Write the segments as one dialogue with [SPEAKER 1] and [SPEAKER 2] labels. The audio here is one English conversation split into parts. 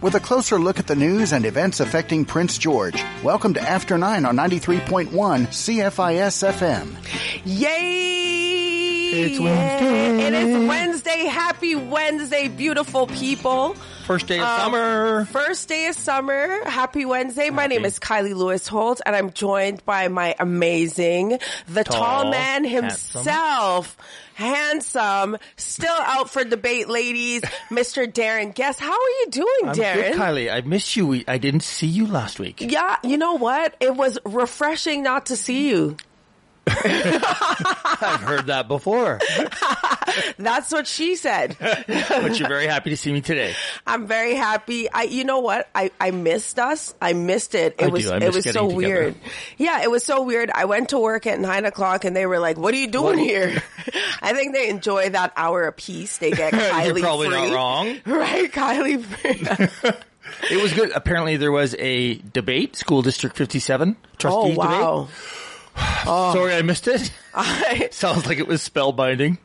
[SPEAKER 1] with a closer look at the news and events affecting Prince George. Welcome to After 9 on 93.1 CFIS FM.
[SPEAKER 2] Yay!
[SPEAKER 3] It's Wednesday.
[SPEAKER 2] It is Wednesday. Happy Wednesday, beautiful people.
[SPEAKER 3] First day of summer.
[SPEAKER 2] First day of summer. Happy Wednesday. My name is Kylie Lewis Holt, and I'm joined by my amazing, the tall,
[SPEAKER 3] Tall,
[SPEAKER 2] man himself, handsome, still out for debate, ladies, Mr. Darren Guess. How are you doing,
[SPEAKER 3] I'm
[SPEAKER 2] Darren?
[SPEAKER 3] good, Kylie. I missed you. We, I didn't see you last week.
[SPEAKER 2] yeah, you know what? It was refreshing not to see you.
[SPEAKER 3] I've heard that before,
[SPEAKER 2] That's what she said.
[SPEAKER 3] but you're very happy to see me today.
[SPEAKER 2] I'm very happy. I, you know what? I, I missed us. I missed it. It
[SPEAKER 3] I
[SPEAKER 2] was,
[SPEAKER 3] do. I
[SPEAKER 2] it
[SPEAKER 3] miss
[SPEAKER 2] was so
[SPEAKER 3] getting together.
[SPEAKER 2] weird. Yeah, it was so weird. I went to work at nine o'clock and they were like, what are you doing here? I think they enjoy that hour apiece. They get Kylie
[SPEAKER 3] you're probably
[SPEAKER 2] free.
[SPEAKER 3] not wrong.
[SPEAKER 2] Right, Kylie. free.
[SPEAKER 3] It was good. Apparently, there was a debate, School District 57
[SPEAKER 2] oh
[SPEAKER 3] trustee debate.
[SPEAKER 2] wow!
[SPEAKER 3] Sorry, I missed it.
[SPEAKER 2] I-
[SPEAKER 3] Sounds like it was spellbinding.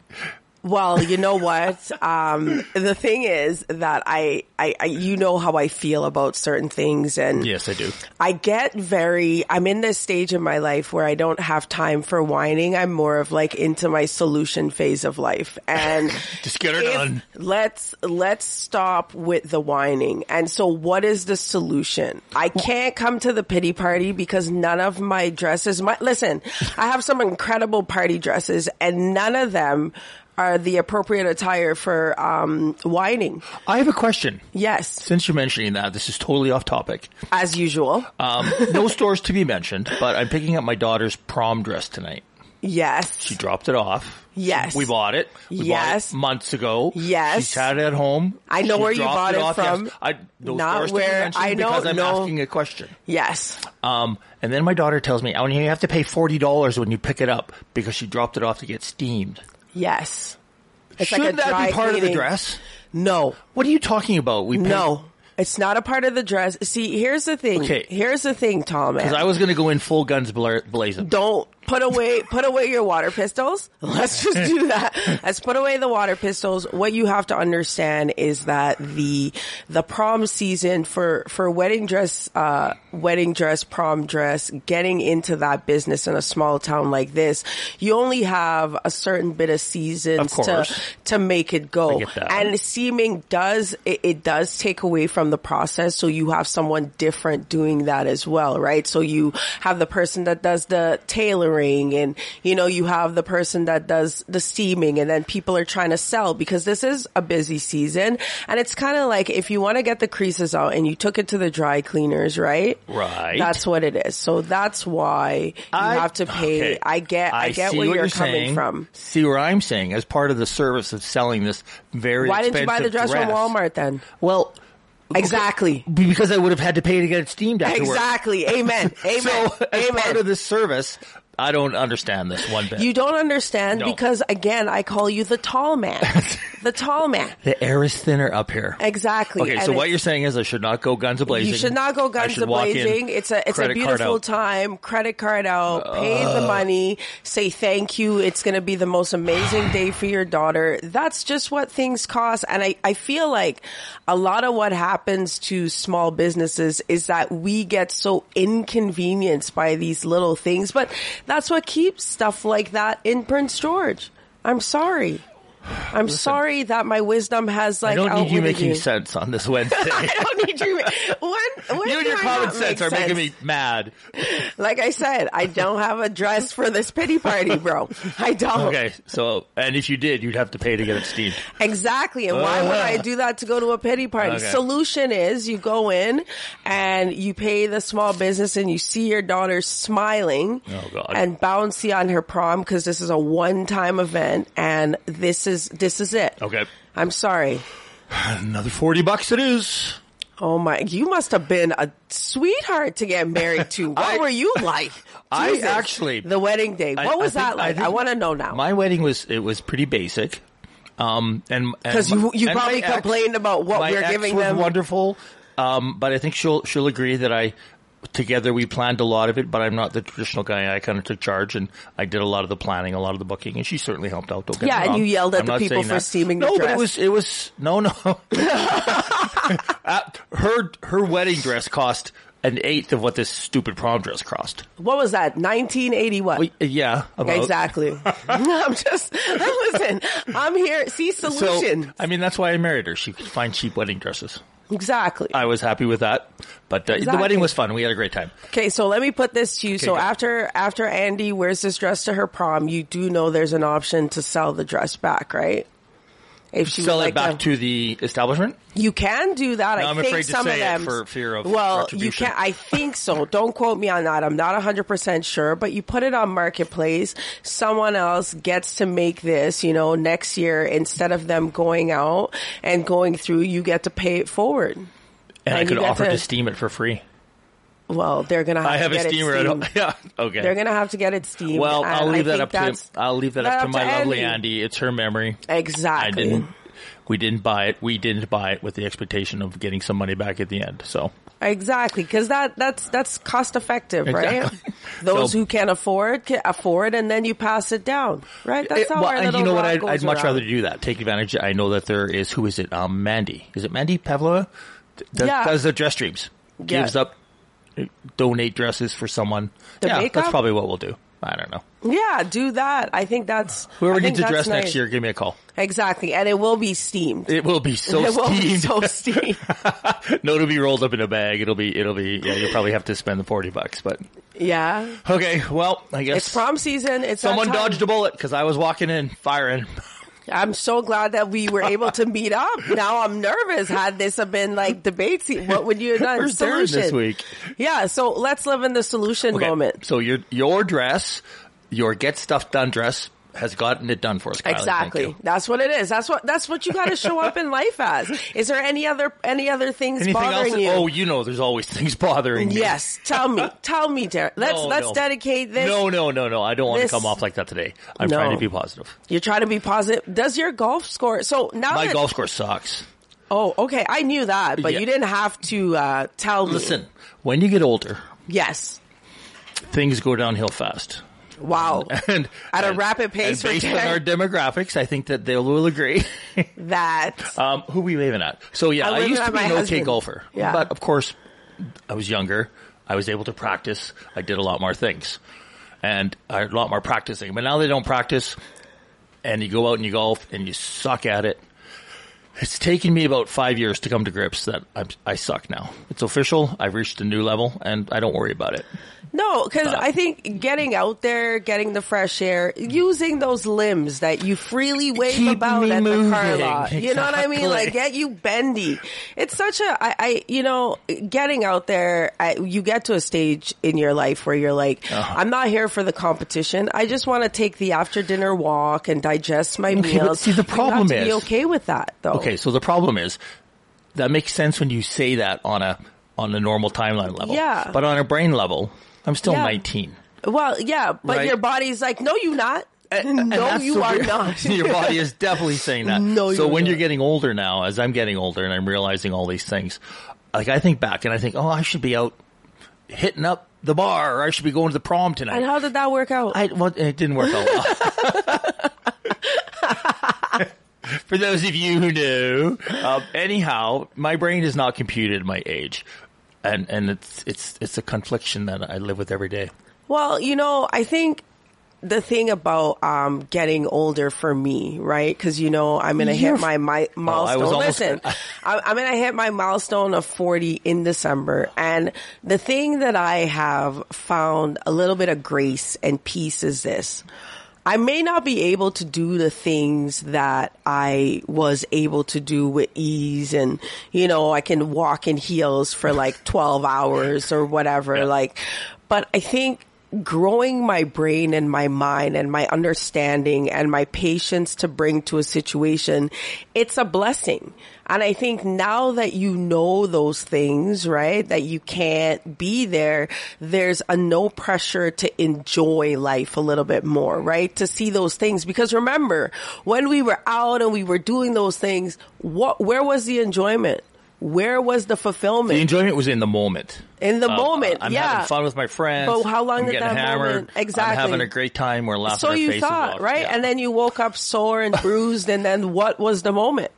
[SPEAKER 2] well, you know what? Um, the thing is that I, I, I, you know how I feel about certain things, and
[SPEAKER 3] Yes, I do.
[SPEAKER 2] I get very, I'm in this stage in my life where I don't have time for whining. I'm more of like into my solution phase of life. And
[SPEAKER 3] Just get her
[SPEAKER 2] if-
[SPEAKER 3] done.
[SPEAKER 2] let's, let's stop with the whining. And so what is the solution? I can't come to the pity party because none of my dresses, my, listen, I have some incredible party dresses and none of them are the appropriate attire for, um, whining.
[SPEAKER 3] I have a question.
[SPEAKER 2] Yes,
[SPEAKER 3] Since you're mentioning that, this is totally off topic.
[SPEAKER 2] as usual.
[SPEAKER 3] Um, no stores to be mentioned, but I'm picking up my daughter's prom dress tonight.
[SPEAKER 2] Yes.
[SPEAKER 3] She dropped it off.
[SPEAKER 2] Yes.
[SPEAKER 3] We bought it. We bought it
[SPEAKER 2] Yes.
[SPEAKER 3] months ago.
[SPEAKER 2] Yes.
[SPEAKER 3] She's had it at home.
[SPEAKER 2] I know
[SPEAKER 3] She
[SPEAKER 2] where you
[SPEAKER 3] dropped
[SPEAKER 2] bought it
[SPEAKER 3] off.
[SPEAKER 2] from.
[SPEAKER 3] Yes. I, those
[SPEAKER 2] Not
[SPEAKER 3] stores to be
[SPEAKER 2] where-
[SPEAKER 3] mentioned
[SPEAKER 2] I
[SPEAKER 3] because
[SPEAKER 2] don't
[SPEAKER 3] I'm
[SPEAKER 2] know.
[SPEAKER 3] asking a question.
[SPEAKER 2] Yes.
[SPEAKER 3] Um, and then my daughter tells me, "Oh, and you have to pay forty dollars when you pick it up because she dropped it off to get steamed."
[SPEAKER 2] Yes. It's like
[SPEAKER 3] Shouldn't
[SPEAKER 2] a
[SPEAKER 3] that
[SPEAKER 2] dry
[SPEAKER 3] be part of the
[SPEAKER 2] cleaning.
[SPEAKER 3] dress?
[SPEAKER 2] No,
[SPEAKER 3] What are you talking about? We paid-
[SPEAKER 2] no. It's not a part of the dress. See, here's the thing.
[SPEAKER 3] Okay.
[SPEAKER 2] Here's the thing, Tom. man.
[SPEAKER 3] 'Cause I was going to go in full guns bla- blazing.
[SPEAKER 2] Don't put away put away your water pistols. Let's just do that. Let's put away the water pistols. What you have to understand is that the the prom season for for wedding dress uh wedding dress prom dress getting into that business in a small town like this, you only have a certain bit of seasons
[SPEAKER 3] Of
[SPEAKER 2] to
[SPEAKER 3] course.
[SPEAKER 2] to make it go.
[SPEAKER 3] I get that.
[SPEAKER 2] And seeming does it, it does take away from the process so you have someone different doing that as well right so you have the person that does the tailoring and you know you have the person that does the steaming and then people are trying to sell because this is a busy season and it's kind of like if you want to get the creases out and you took it to the dry cleaners right
[SPEAKER 3] Right.
[SPEAKER 2] that's what it is so that's why you
[SPEAKER 3] I-
[SPEAKER 2] have to pay
[SPEAKER 3] okay.
[SPEAKER 2] i get i, get
[SPEAKER 3] see
[SPEAKER 2] where
[SPEAKER 3] what
[SPEAKER 2] you're,
[SPEAKER 3] you're
[SPEAKER 2] coming
[SPEAKER 3] saying.
[SPEAKER 2] from
[SPEAKER 3] See where I'm saying as part of the service of selling this very.
[SPEAKER 2] why didn't you buy the dress,
[SPEAKER 3] expensive
[SPEAKER 2] from walmart then
[SPEAKER 3] Well,
[SPEAKER 2] exactly
[SPEAKER 3] because I would have had to pay to get it steamed afterwards.
[SPEAKER 2] Exactly. Amen. Amen.
[SPEAKER 3] So as
[SPEAKER 2] Amen.
[SPEAKER 3] part of this service, I don't understand this one bit.
[SPEAKER 2] you don't understand
[SPEAKER 3] No.
[SPEAKER 2] because again, I call you the tall man. the tall man.
[SPEAKER 3] the air is thinner up here.
[SPEAKER 2] Exactly.
[SPEAKER 3] Okay,
[SPEAKER 2] And
[SPEAKER 3] so what
[SPEAKER 2] it's-
[SPEAKER 3] you're saying is I should not go guns a blazing.
[SPEAKER 2] you should not go guns a blazing. It's a it's a beautiful time. Credit card out. Pay
[SPEAKER 3] Uh.
[SPEAKER 2] the money. Say thank you. It's going to be the most amazing day for your daughter. That's just what things cost. And I I feel like a lot of what happens to small businesses is that we get so inconvenienced by these little things. But that's what keeps stuff like that in Prince George. I'm sorry. I'm sorry that my wisdom has like
[SPEAKER 3] I don't need you
[SPEAKER 2] outwitted
[SPEAKER 3] making sense on this Wednesday.
[SPEAKER 2] I don't need you. When, when
[SPEAKER 3] you and
[SPEAKER 2] do
[SPEAKER 3] your
[SPEAKER 2] I
[SPEAKER 3] common
[SPEAKER 2] not
[SPEAKER 3] sense
[SPEAKER 2] make
[SPEAKER 3] are making
[SPEAKER 2] sense?
[SPEAKER 3] me mad.
[SPEAKER 2] Like I said, I don't have a dress for this pity party, bro. I don't.
[SPEAKER 3] Okay, so and if you did, you'd have to pay to get it steamed.
[SPEAKER 2] Exactly. And why would I do that to go to a pity party?
[SPEAKER 3] Uh-huh. Okay.
[SPEAKER 2] Solution is you go in and you pay the small business and you see your daughter smiling
[SPEAKER 3] Oh, God.
[SPEAKER 2] and bouncy on her prom because this is a one time event and this is, this is it.
[SPEAKER 3] Okay,
[SPEAKER 2] I'm sorry.
[SPEAKER 3] another forty bucks it is.
[SPEAKER 2] Oh my, you must have been a sweetheart to get married to. What
[SPEAKER 3] I-
[SPEAKER 2] were you like?
[SPEAKER 3] I actually-
[SPEAKER 2] The wedding day.
[SPEAKER 3] I-
[SPEAKER 2] What was
[SPEAKER 3] I think-
[SPEAKER 2] that like?
[SPEAKER 3] think
[SPEAKER 2] I, want to know now.
[SPEAKER 3] My wedding was it was pretty basic. Um, and
[SPEAKER 2] Because
[SPEAKER 3] because
[SPEAKER 2] you, you probably complained about what
[SPEAKER 3] my
[SPEAKER 2] we were
[SPEAKER 3] ex
[SPEAKER 2] giving
[SPEAKER 3] was
[SPEAKER 2] them.
[SPEAKER 3] wonderful. Um, but I think she'll she'll agree that I together we planned a lot of it. But I'm not the traditional guy. I kind of took charge and I did a lot of the planning, a lot of the booking, and she certainly helped out. Don't get me
[SPEAKER 2] Yeah, and
[SPEAKER 3] wrong.
[SPEAKER 2] you yelled at
[SPEAKER 3] I'm
[SPEAKER 2] the
[SPEAKER 3] not
[SPEAKER 2] people
[SPEAKER 3] saying
[SPEAKER 2] for
[SPEAKER 3] that.
[SPEAKER 2] steaming the
[SPEAKER 3] No, but
[SPEAKER 2] dress.
[SPEAKER 3] it was it was no no. Uh, her her wedding dress cost an eighth of what this stupid prom dress cost.
[SPEAKER 2] What was that? 1981. Well,
[SPEAKER 3] yeah, about.
[SPEAKER 2] exactly. I'm just listen. I'm here. See solution.
[SPEAKER 3] So, I mean, that's why I married her. She could find cheap wedding dresses.
[SPEAKER 2] Exactly.
[SPEAKER 3] I was happy with that, but uh, exactly. the wedding was fun. We had a great time.
[SPEAKER 2] Okay, so let me put this to you. Okay, so go. after after Andy wears this dress to her prom, you do know there's an option to sell the dress back, right?
[SPEAKER 3] if she sell it like back to, to the establishment.
[SPEAKER 2] You can do that.
[SPEAKER 3] No,
[SPEAKER 2] I
[SPEAKER 3] I'm
[SPEAKER 2] think
[SPEAKER 3] afraid
[SPEAKER 2] some
[SPEAKER 3] to
[SPEAKER 2] of
[SPEAKER 3] say
[SPEAKER 2] them
[SPEAKER 3] it for fear of
[SPEAKER 2] well, you
[SPEAKER 3] retribution.
[SPEAKER 2] can. I think so. Don't quote me on that. I'm not 100 percent sure, but you put it on marketplace. Someone else gets to make this. You know, next year instead of them going out and going through, you get to pay it forward. And,
[SPEAKER 3] and I could offer to, to steam it for free.
[SPEAKER 2] Well, they're gonna. Have
[SPEAKER 3] I have
[SPEAKER 2] to
[SPEAKER 3] a steamer. At home. Yeah. Okay.
[SPEAKER 2] They're gonna have to get it steamed.
[SPEAKER 3] Well, I'll leave
[SPEAKER 2] I
[SPEAKER 3] that up to. I'll leave that, up to my lovely Andy. It's her memory.
[SPEAKER 2] Exactly.
[SPEAKER 3] I didn't. We didn't buy it. We didn't buy it with the expectation of getting some money back at the end. So
[SPEAKER 2] exactly because that that's that's cost effective, right? Exactly. Those so, who can afford can afford, and then you pass it down, right? That's how it, well, our
[SPEAKER 3] and you know what? I'd,
[SPEAKER 2] I'd
[SPEAKER 3] much
[SPEAKER 2] around.
[SPEAKER 3] rather do that. Take advantage. I know that there is who is it? Um, Mandy. Is it Mandy Pavlova? That
[SPEAKER 2] yeah.
[SPEAKER 3] does the dress dreams. Gives
[SPEAKER 2] yeah.
[SPEAKER 3] up uh, donate dresses for someone.
[SPEAKER 2] The
[SPEAKER 3] yeah,
[SPEAKER 2] makeup?
[SPEAKER 3] that's probably what we'll do. I don't know.
[SPEAKER 2] Yeah, do that. I think that's
[SPEAKER 3] Whoever
[SPEAKER 2] I think
[SPEAKER 3] needs a
[SPEAKER 2] that's
[SPEAKER 3] dress
[SPEAKER 2] nice.
[SPEAKER 3] next year, give me a call.
[SPEAKER 2] Exactly, and it will be steamed.
[SPEAKER 3] It will be so
[SPEAKER 2] it
[SPEAKER 3] steamed.
[SPEAKER 2] will be so steamed.
[SPEAKER 3] no, it'll be rolled up in a bag. It'll be it'll be yeah. You'll probably have to spend the forty bucks, but
[SPEAKER 2] yeah.
[SPEAKER 3] Okay, well, I guess
[SPEAKER 2] It's prom season. It's that
[SPEAKER 3] someone
[SPEAKER 2] time.
[SPEAKER 3] dodged a bullet because I was walking in firing.
[SPEAKER 2] I'm so glad that we were able to meet up. Now I'm nervous. Had this have been like debates, what would you have done?
[SPEAKER 3] We're stirring
[SPEAKER 2] solution
[SPEAKER 3] this week.
[SPEAKER 2] Yeah, so let's live in the solution
[SPEAKER 3] Okay,
[SPEAKER 2] moment.
[SPEAKER 3] So your your dress, your get stuff done dress has gotten it done for us. Kylie. Thank
[SPEAKER 2] Exactly.
[SPEAKER 3] you.
[SPEAKER 2] That's what it is. That's what that's what you got to show up in life as. Is there any other any other things
[SPEAKER 3] Anything
[SPEAKER 2] bothering
[SPEAKER 3] else?
[SPEAKER 2] you?
[SPEAKER 3] Oh, you know, there's always things bothering you.
[SPEAKER 2] Yes, tell me, tell me, Derek. Let's
[SPEAKER 3] No,
[SPEAKER 2] let's
[SPEAKER 3] no.
[SPEAKER 2] dedicate this.
[SPEAKER 3] No, no, no, no. I don't want
[SPEAKER 2] this-
[SPEAKER 3] to come off like that today. I'm
[SPEAKER 2] No.
[SPEAKER 3] trying to be positive.
[SPEAKER 2] You're trying to be positive. Does your golf score? So now
[SPEAKER 3] My
[SPEAKER 2] that,
[SPEAKER 3] golf score sucks.
[SPEAKER 2] Oh, okay. I knew that, but
[SPEAKER 3] Yeah.
[SPEAKER 2] you didn't have to uh, tell me.
[SPEAKER 3] Listen, when you get older,
[SPEAKER 2] Yes.
[SPEAKER 3] things go downhill fast.
[SPEAKER 2] Wow.
[SPEAKER 3] And
[SPEAKER 2] At a
[SPEAKER 3] and-
[SPEAKER 2] rapid pace
[SPEAKER 3] and
[SPEAKER 2] for
[SPEAKER 3] based on
[SPEAKER 2] Derek.
[SPEAKER 3] our demographics, I think that they will agree.
[SPEAKER 2] that.
[SPEAKER 3] um, who we waving at? So yeah,
[SPEAKER 2] I'm
[SPEAKER 3] I
[SPEAKER 2] waving
[SPEAKER 3] used
[SPEAKER 2] at
[SPEAKER 3] to be
[SPEAKER 2] my
[SPEAKER 3] an okay
[SPEAKER 2] husband.
[SPEAKER 3] golfer,
[SPEAKER 2] Yeah.
[SPEAKER 3] but of course, I was younger. I was able to practice. I did a lot more things, and I had a lot more practicing. But now they don't practice, and you go out and you golf and you suck at it. It's taken me about five years to come to grips that I'm, I suck now. It's official. I've reached a new level, and I don't worry about it.
[SPEAKER 2] No, because I think getting out there, getting the fresh air, using those limbs that you freely wave
[SPEAKER 3] Keep
[SPEAKER 2] about
[SPEAKER 3] me
[SPEAKER 2] at the car
[SPEAKER 3] moving.
[SPEAKER 2] lot. You know what I mean?
[SPEAKER 3] Exactly.
[SPEAKER 2] Like get you bendy. It's such a, I, I you know, getting out there, I, you get to a stage in your life where you're like,
[SPEAKER 3] Uh-huh.
[SPEAKER 2] I'm not here for the competition. I just want to take the after dinner walk and digest my
[SPEAKER 3] Okay, but
[SPEAKER 2] meals.
[SPEAKER 3] see, the
[SPEAKER 2] You have
[SPEAKER 3] problem
[SPEAKER 2] to be
[SPEAKER 3] is-
[SPEAKER 2] okay with that though.
[SPEAKER 3] Okay, so the problem is that makes sense when you say that on a on a normal timeline level.
[SPEAKER 2] Yeah.
[SPEAKER 3] But on a brain level, I'm still
[SPEAKER 2] Yeah.
[SPEAKER 3] 19.
[SPEAKER 2] Well, yeah, but
[SPEAKER 3] Right.
[SPEAKER 2] your body's like, no, you not.
[SPEAKER 3] And
[SPEAKER 2] no,
[SPEAKER 3] that's
[SPEAKER 2] you
[SPEAKER 3] the
[SPEAKER 2] are
[SPEAKER 3] weird-
[SPEAKER 2] not.
[SPEAKER 3] Your body is definitely saying that.
[SPEAKER 2] No,
[SPEAKER 3] so
[SPEAKER 2] you're
[SPEAKER 3] when
[SPEAKER 2] not.
[SPEAKER 3] you're getting older now, as I'm getting older and I'm realizing all these things, like I think back and I think, oh, I should be out hitting up the bar, or I should be going to the prom tonight.
[SPEAKER 2] and how did that work out?
[SPEAKER 3] I well, it didn't work out well. For those of you who knew, um, anyhow, my brain has not computed my age, and and it's it's it's a confliction that I live with every day.
[SPEAKER 2] Well, you know, I think the thing about um, getting older for me, right? Because you know, I'm gonna
[SPEAKER 3] You're- oh,
[SPEAKER 2] hit my, mi milestone.
[SPEAKER 3] was almost-
[SPEAKER 2] Listen, I'm, I'm gonna hit my milestone of 40 in December, and the thing that I have found a little bit of grace and peace is this. I may not be able to do the things that I was able to do with ease and, you know, I can walk in heels for like 12 hours or whatever, like, but I think growing my brain and my mind and my understanding and my patience to bring to a situation, it's a blessing. And I think now that you know those things, right, that you can't be there, there's a no pressure to enjoy life a little bit more, right? To see those things. Because remember, when we were out and we were doing those things, what, where was the enjoyment? Where was the fulfillment?
[SPEAKER 3] The enjoyment was in the moment.
[SPEAKER 2] In the
[SPEAKER 3] Um,
[SPEAKER 2] moment,
[SPEAKER 3] I'm
[SPEAKER 2] yeah.
[SPEAKER 3] having fun with my friends.
[SPEAKER 2] But how long
[SPEAKER 3] I'm
[SPEAKER 2] did
[SPEAKER 3] getting
[SPEAKER 2] that
[SPEAKER 3] hammered.
[SPEAKER 2] moment- exactly.
[SPEAKER 3] I'm having a great time. We're laughing.
[SPEAKER 2] so
[SPEAKER 3] our
[SPEAKER 2] you
[SPEAKER 3] faces
[SPEAKER 2] thought,
[SPEAKER 3] off.
[SPEAKER 2] right?
[SPEAKER 3] Yeah.
[SPEAKER 2] And then you woke up sore and
[SPEAKER 3] Mm-hmm.
[SPEAKER 2] bruised, and then what was the moment?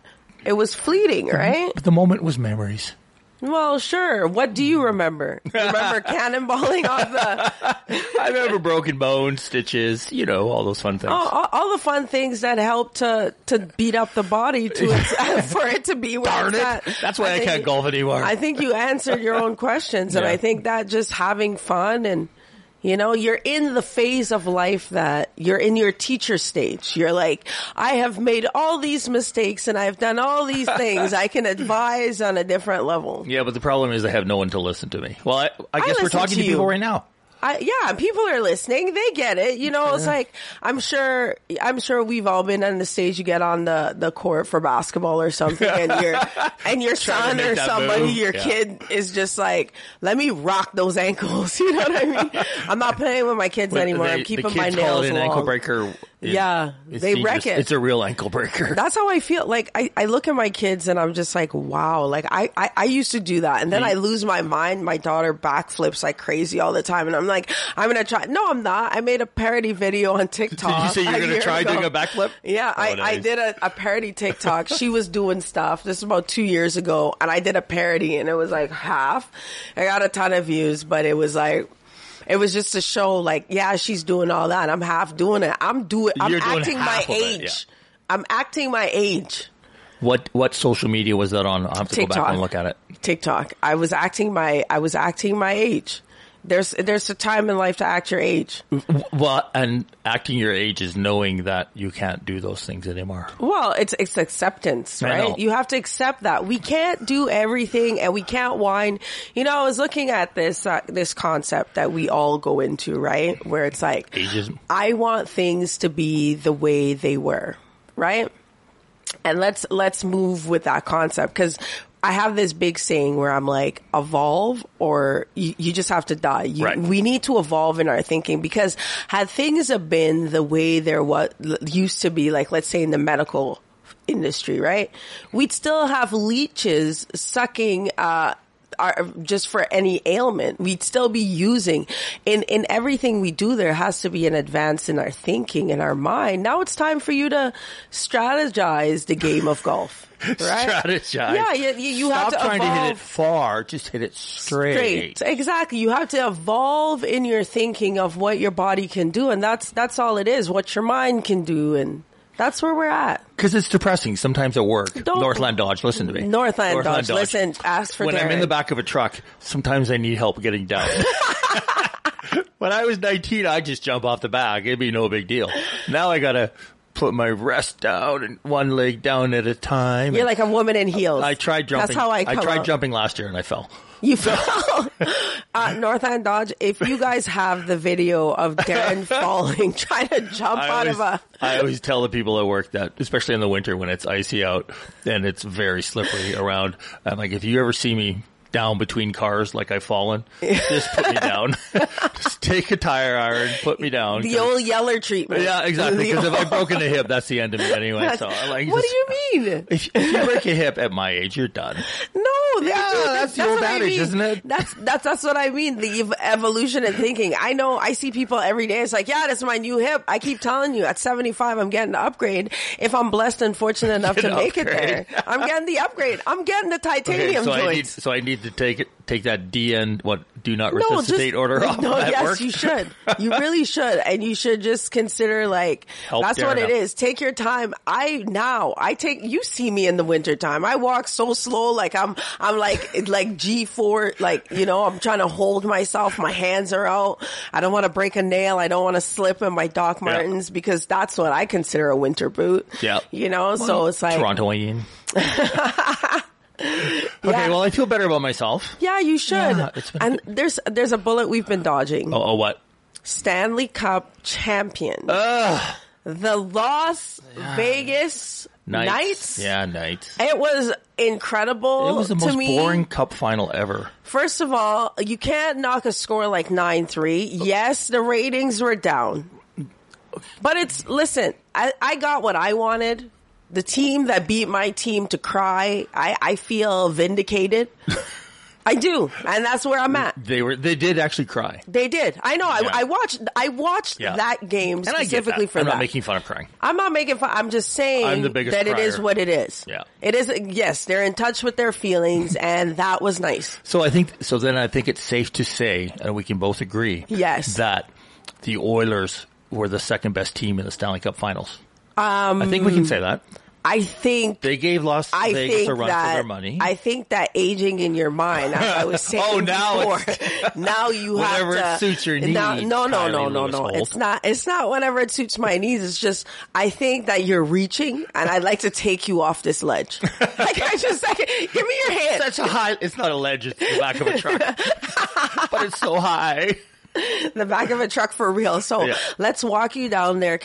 [SPEAKER 2] It was fleeting, right?
[SPEAKER 3] but the moment was memories.
[SPEAKER 2] Well, sure. What do you remember? Remember cannonballing off the.
[SPEAKER 3] I remember broken bones, stitches, you know, all those fun things.
[SPEAKER 2] all, all, all the fun things that help to to beat up the body to its, for it to be where
[SPEAKER 3] Darn
[SPEAKER 2] it's
[SPEAKER 3] it!
[SPEAKER 2] at.
[SPEAKER 3] That's why I,
[SPEAKER 2] think
[SPEAKER 3] can't
[SPEAKER 2] you-
[SPEAKER 3] golf anymore.
[SPEAKER 2] I think you answered your own questions, and
[SPEAKER 3] Yeah.
[SPEAKER 2] I think that just having fun and you know you're in the phase of life that you're in your teacher stage. You're like, I have made all these mistakes and I've done all these things. I can advise on a different level.
[SPEAKER 3] yeah, but the problem is I have no one to listen to me. Well, I, I guess we're
[SPEAKER 2] listen
[SPEAKER 3] talking to,
[SPEAKER 2] to
[SPEAKER 3] people
[SPEAKER 2] you.
[SPEAKER 3] right now.
[SPEAKER 2] I, yeah, people are listening. They get it. You know, it's like I'm sure. I'm sure we've all been on the stage. You get on the the court for basketball or something, and your and your son
[SPEAKER 3] make
[SPEAKER 2] or
[SPEAKER 3] that
[SPEAKER 2] somebody,
[SPEAKER 3] move.
[SPEAKER 2] your
[SPEAKER 3] Yeah.
[SPEAKER 2] kid is just like, "Let me rock those ankles." You know what I mean? I'm not playing with my kids anymore.
[SPEAKER 3] They-
[SPEAKER 2] I'm keeping
[SPEAKER 3] the
[SPEAKER 2] my
[SPEAKER 3] kids call
[SPEAKER 2] nails
[SPEAKER 3] it an
[SPEAKER 2] long.
[SPEAKER 3] ankle breaker. It-
[SPEAKER 2] Yeah,
[SPEAKER 3] it's
[SPEAKER 2] they
[SPEAKER 3] dangerous.
[SPEAKER 2] wreck it.
[SPEAKER 3] It's a real ankle breaker.
[SPEAKER 2] That's how I feel. Like I, I look at my kids and I'm just like, wow. Like I, I, I used to do that, and then I lose my mind. My daughter backflips like crazy all the time, and I'm like, I'm gonna try. No, I'm not. I made a parody video on TikTok.
[SPEAKER 3] Did you say
[SPEAKER 2] a
[SPEAKER 3] you're going to
[SPEAKER 2] year
[SPEAKER 3] try
[SPEAKER 2] ago.
[SPEAKER 3] doing a backflip?
[SPEAKER 2] Yeah,
[SPEAKER 3] Oh,
[SPEAKER 2] I, I
[SPEAKER 3] nice.
[SPEAKER 2] did a, a parody TikTok. she was doing stuff. This is about two years ago, and I did a parody, and it was like half. I got a ton of views, but it was like. It was just to show, like, yeah, she's doing all that. I'm half doing it. I'm doing. I'm
[SPEAKER 3] You're doing
[SPEAKER 2] acting
[SPEAKER 3] half
[SPEAKER 2] my
[SPEAKER 3] of it,
[SPEAKER 2] age. I'm acting my age.
[SPEAKER 3] What what social media was that on? I'll have to go back
[SPEAKER 2] TikTok.
[SPEAKER 3] and look at it.
[SPEAKER 2] TikTok. I was acting my. I was acting my age. There's there's a time in life to act your age.
[SPEAKER 3] Well, and acting your age is knowing that you can't do those things anymore.
[SPEAKER 2] Well, it's it's acceptance,
[SPEAKER 3] I know.
[SPEAKER 2] right? You have to accept that we can't do everything and we can't whine. You know, I was looking at this uh, this concept that we all go into, right? Where it's like
[SPEAKER 3] Ageism.
[SPEAKER 2] I want things to be the way they were, right? And let's let's move with that concept because I have this big saying where I'm like, evolve or you, you just have to die. You,
[SPEAKER 3] Right.
[SPEAKER 2] We need to evolve in our thinking because had things have been the way they're what used to be, like let's say in the medical industry, right? We'd still have leeches sucking, uh, our, just for any ailment, we'd still be using in in everything we do. There has to be an advance in our thinking in our mind. Now it's time for you to strategize the game of golf. Right?
[SPEAKER 3] Strategize.
[SPEAKER 2] Yeah, you, you, you have
[SPEAKER 3] Stop
[SPEAKER 2] to
[SPEAKER 3] trying
[SPEAKER 2] evolve
[SPEAKER 3] to hit it far. Just hit it straight.
[SPEAKER 2] straight. Exactly. You have to evolve in your thinking of what your body can do, and that's that's all it is. What your mind can do, and that's where we're at.
[SPEAKER 3] Because it's depressing sometimes at work.
[SPEAKER 2] Don't-
[SPEAKER 3] Northland Dodge, listen to me.
[SPEAKER 2] Northland Dodge, listen, ask for
[SPEAKER 3] When I'm in
[SPEAKER 2] Darren.
[SPEAKER 3] the back of a truck, sometimes I need help getting down. when I was 19, I'd just jump off the back. It'd be no big deal. Now I gotta put my rest down and one leg down at a time.
[SPEAKER 2] You're
[SPEAKER 3] And
[SPEAKER 2] like a woman in heels.
[SPEAKER 3] I tried jumping.
[SPEAKER 2] That's how I. Come
[SPEAKER 3] tried
[SPEAKER 2] up.
[SPEAKER 3] jumping last year and I fell.
[SPEAKER 2] You fell. uh, North End Dodge, if you guys have the video of Darren falling, trying to jump
[SPEAKER 3] I
[SPEAKER 2] out
[SPEAKER 3] always,
[SPEAKER 2] of a.
[SPEAKER 3] I always tell the people at work that, especially in the winter when it's icy out and it's very slippery around. I'm like, if you ever see me down between cars like I've fallen, just put me down. just take a tire iron, put me down.
[SPEAKER 2] The
[SPEAKER 3] 'Cause-
[SPEAKER 2] old yeller treatment.
[SPEAKER 3] yeah, exactly.
[SPEAKER 2] The
[SPEAKER 3] Because if
[SPEAKER 2] old-
[SPEAKER 3] I've broken a hip, that's the end of me anyway. So I like,
[SPEAKER 2] what
[SPEAKER 3] just-
[SPEAKER 2] do you mean?
[SPEAKER 3] If, if you break a hip at my age, you're done.
[SPEAKER 2] No, they
[SPEAKER 3] Yeah,
[SPEAKER 2] do. That-
[SPEAKER 3] that's the old
[SPEAKER 2] what I
[SPEAKER 3] adage,
[SPEAKER 2] mean.
[SPEAKER 3] isn't it?
[SPEAKER 2] That's that's that's what I mean. The ev- evolution in thinking. I know. I see people every day. It's like, yeah, that's my new hip. I keep telling you, at seventy five, I'm getting the upgrade. If I'm blessed and fortunate enough to
[SPEAKER 3] An
[SPEAKER 2] make it there,
[SPEAKER 3] upgrade.
[SPEAKER 2] I'm getting the upgrade. I'm getting the
[SPEAKER 3] Okay,
[SPEAKER 2] titanium
[SPEAKER 3] so I need
[SPEAKER 2] joints.
[SPEAKER 3] so I need to take it- take that DN what do not
[SPEAKER 2] no,
[SPEAKER 3] resuscitate
[SPEAKER 2] just,
[SPEAKER 3] order off
[SPEAKER 2] No,
[SPEAKER 3] at
[SPEAKER 2] yes,
[SPEAKER 3] work.
[SPEAKER 2] you should. You really should, and you should just consider like
[SPEAKER 3] Help
[SPEAKER 2] that's what
[SPEAKER 3] Darren
[SPEAKER 2] it
[SPEAKER 3] up.
[SPEAKER 2] is. Take your time. I now I take you see me in the wintertime. I walk so slow, like I'm I'm like like G four, like you know I'm trying to hold myself. My hands are out. I don't want to break a nail. I don't want to slip in my Doc Martens because that's what I consider a winter boot.
[SPEAKER 3] Yeah.
[SPEAKER 2] you know. so Oh, it's like
[SPEAKER 3] Torontoian. okay,
[SPEAKER 2] Yeah.
[SPEAKER 3] well, I feel better about myself.
[SPEAKER 2] yeah, you should.
[SPEAKER 3] Yeah, it's been-
[SPEAKER 2] and there's there's a bullet we've been dodging.
[SPEAKER 3] Oh, oh what?
[SPEAKER 2] Stanley Cup champion. The Las Vegas Knights.
[SPEAKER 3] Yeah, nights.
[SPEAKER 2] It was incredible
[SPEAKER 3] It was the
[SPEAKER 2] to
[SPEAKER 3] most
[SPEAKER 2] me.
[SPEAKER 3] boring cup final ever.
[SPEAKER 2] First of all, you can't knock a score like 9-3. Yes, the ratings were down. But it's listen, I, I got what I wanted. The team that beat my team to cry, I, I feel vindicated. I do, and that's where I'm at.
[SPEAKER 3] They were they did actually cry.
[SPEAKER 2] They did. I know.
[SPEAKER 3] Yeah.
[SPEAKER 2] I, I watched. I watched
[SPEAKER 3] Yeah.
[SPEAKER 2] that game
[SPEAKER 3] And I get
[SPEAKER 2] specifically
[SPEAKER 3] that.
[SPEAKER 2] for
[SPEAKER 3] I'm
[SPEAKER 2] that.
[SPEAKER 3] not making fun of crying.
[SPEAKER 2] I'm not making fun. I'm just saying
[SPEAKER 3] I'm the biggest
[SPEAKER 2] that it is
[SPEAKER 3] crier.
[SPEAKER 2] what it is.
[SPEAKER 3] Yeah.
[SPEAKER 2] It is. Yes, they're in touch with their feelings, and that was nice.
[SPEAKER 3] So I think so. Then I think it's safe to say, and we can both agree,
[SPEAKER 2] Yes.
[SPEAKER 3] that the Oilers were the second best team in the Stanley Cup Finals. Um, I think we can say that
[SPEAKER 2] I think.
[SPEAKER 3] they gave Las
[SPEAKER 2] I
[SPEAKER 3] Vegas
[SPEAKER 2] think
[SPEAKER 3] a run
[SPEAKER 2] that
[SPEAKER 3] for their money.
[SPEAKER 2] I think that aging in your mind. As I was saying
[SPEAKER 3] Oh, now
[SPEAKER 2] before,
[SPEAKER 3] it's-
[SPEAKER 2] now you
[SPEAKER 3] Whatever
[SPEAKER 2] have to
[SPEAKER 3] suits your
[SPEAKER 2] now-
[SPEAKER 3] needs,
[SPEAKER 2] No, no,
[SPEAKER 3] Kylie
[SPEAKER 2] no, no,
[SPEAKER 3] Lewis
[SPEAKER 2] no.
[SPEAKER 3] Holt.
[SPEAKER 2] It's not. It's not whatever it suits my needs. It's just I think that you're reaching, and I'd like to take you off this ledge. like I just like, give me your hand.
[SPEAKER 3] Such a high. It's not a ledge. It's the back of a truck, but it's so high.
[SPEAKER 2] the back of a truck for real. So
[SPEAKER 3] Yeah.
[SPEAKER 2] let's walk you down there.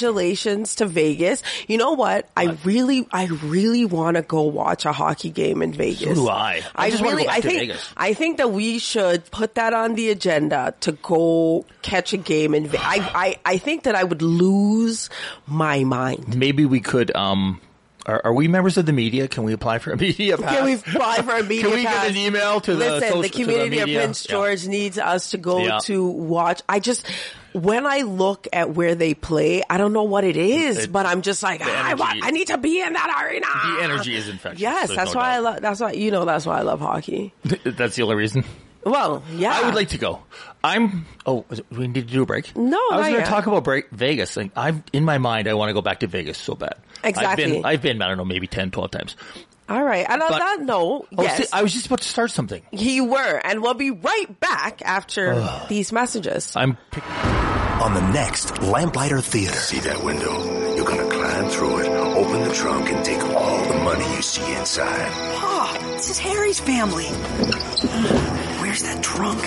[SPEAKER 2] Congratulations to Vegas. You know what? I really, I really want to go watch a hockey game in Vegas.
[SPEAKER 3] do I. I just wanna go
[SPEAKER 2] really,
[SPEAKER 3] back
[SPEAKER 2] I
[SPEAKER 3] to
[SPEAKER 2] think,
[SPEAKER 3] Vegas.
[SPEAKER 2] I think that we should put that on the agenda to go catch a game in Vegas. I, I, I think that I would lose my mind.
[SPEAKER 3] Maybe we could. Um, are, are we members of the media? Can we apply for a media pass?
[SPEAKER 2] Can we apply for a media
[SPEAKER 3] Can we
[SPEAKER 2] pass?
[SPEAKER 3] get an email to the
[SPEAKER 2] Listen,
[SPEAKER 3] social-
[SPEAKER 2] the
[SPEAKER 3] to the
[SPEAKER 2] community
[SPEAKER 3] media?
[SPEAKER 2] of Prince
[SPEAKER 3] Yeah.
[SPEAKER 2] George needs us to go
[SPEAKER 3] Yeah.
[SPEAKER 2] to watch. I just when I look at where they play, I don't know what it is,
[SPEAKER 3] It-
[SPEAKER 2] but I'm just like, "Ah, I,
[SPEAKER 3] energy-
[SPEAKER 2] want, I need to be in that arena.
[SPEAKER 3] The energy is infectious.
[SPEAKER 2] Yes,
[SPEAKER 3] There's
[SPEAKER 2] that's
[SPEAKER 3] no
[SPEAKER 2] why I
[SPEAKER 3] doubt.
[SPEAKER 2] love. That's why you know. That's why I love hockey.
[SPEAKER 3] That's the only reason.
[SPEAKER 2] Well, yeah,
[SPEAKER 3] I would like to go. I'm. Oh, is it- we need to do a break.
[SPEAKER 2] Ah. No,
[SPEAKER 3] I was
[SPEAKER 2] not
[SPEAKER 3] going
[SPEAKER 2] yet.
[SPEAKER 3] to talk about break, Vegas. Like, I'm in my mind. I want to go back to Vegas so bad.
[SPEAKER 2] Exactly.
[SPEAKER 3] I've been. I've been. I don't know. Maybe 10, 12 times.
[SPEAKER 2] All right, and on
[SPEAKER 3] But-
[SPEAKER 2] that note,
[SPEAKER 3] Oh,
[SPEAKER 2] yes,
[SPEAKER 3] see, I was just about to start something.
[SPEAKER 2] you were, and we'll be right back after these messages.
[SPEAKER 3] I'm.
[SPEAKER 4] on the next Lamplighter Theater.
[SPEAKER 5] See that window? You're gonna climb through it, open the trunk, and take all the money you see inside.
[SPEAKER 6] Pa, this is Harry's family. Where's that trunk?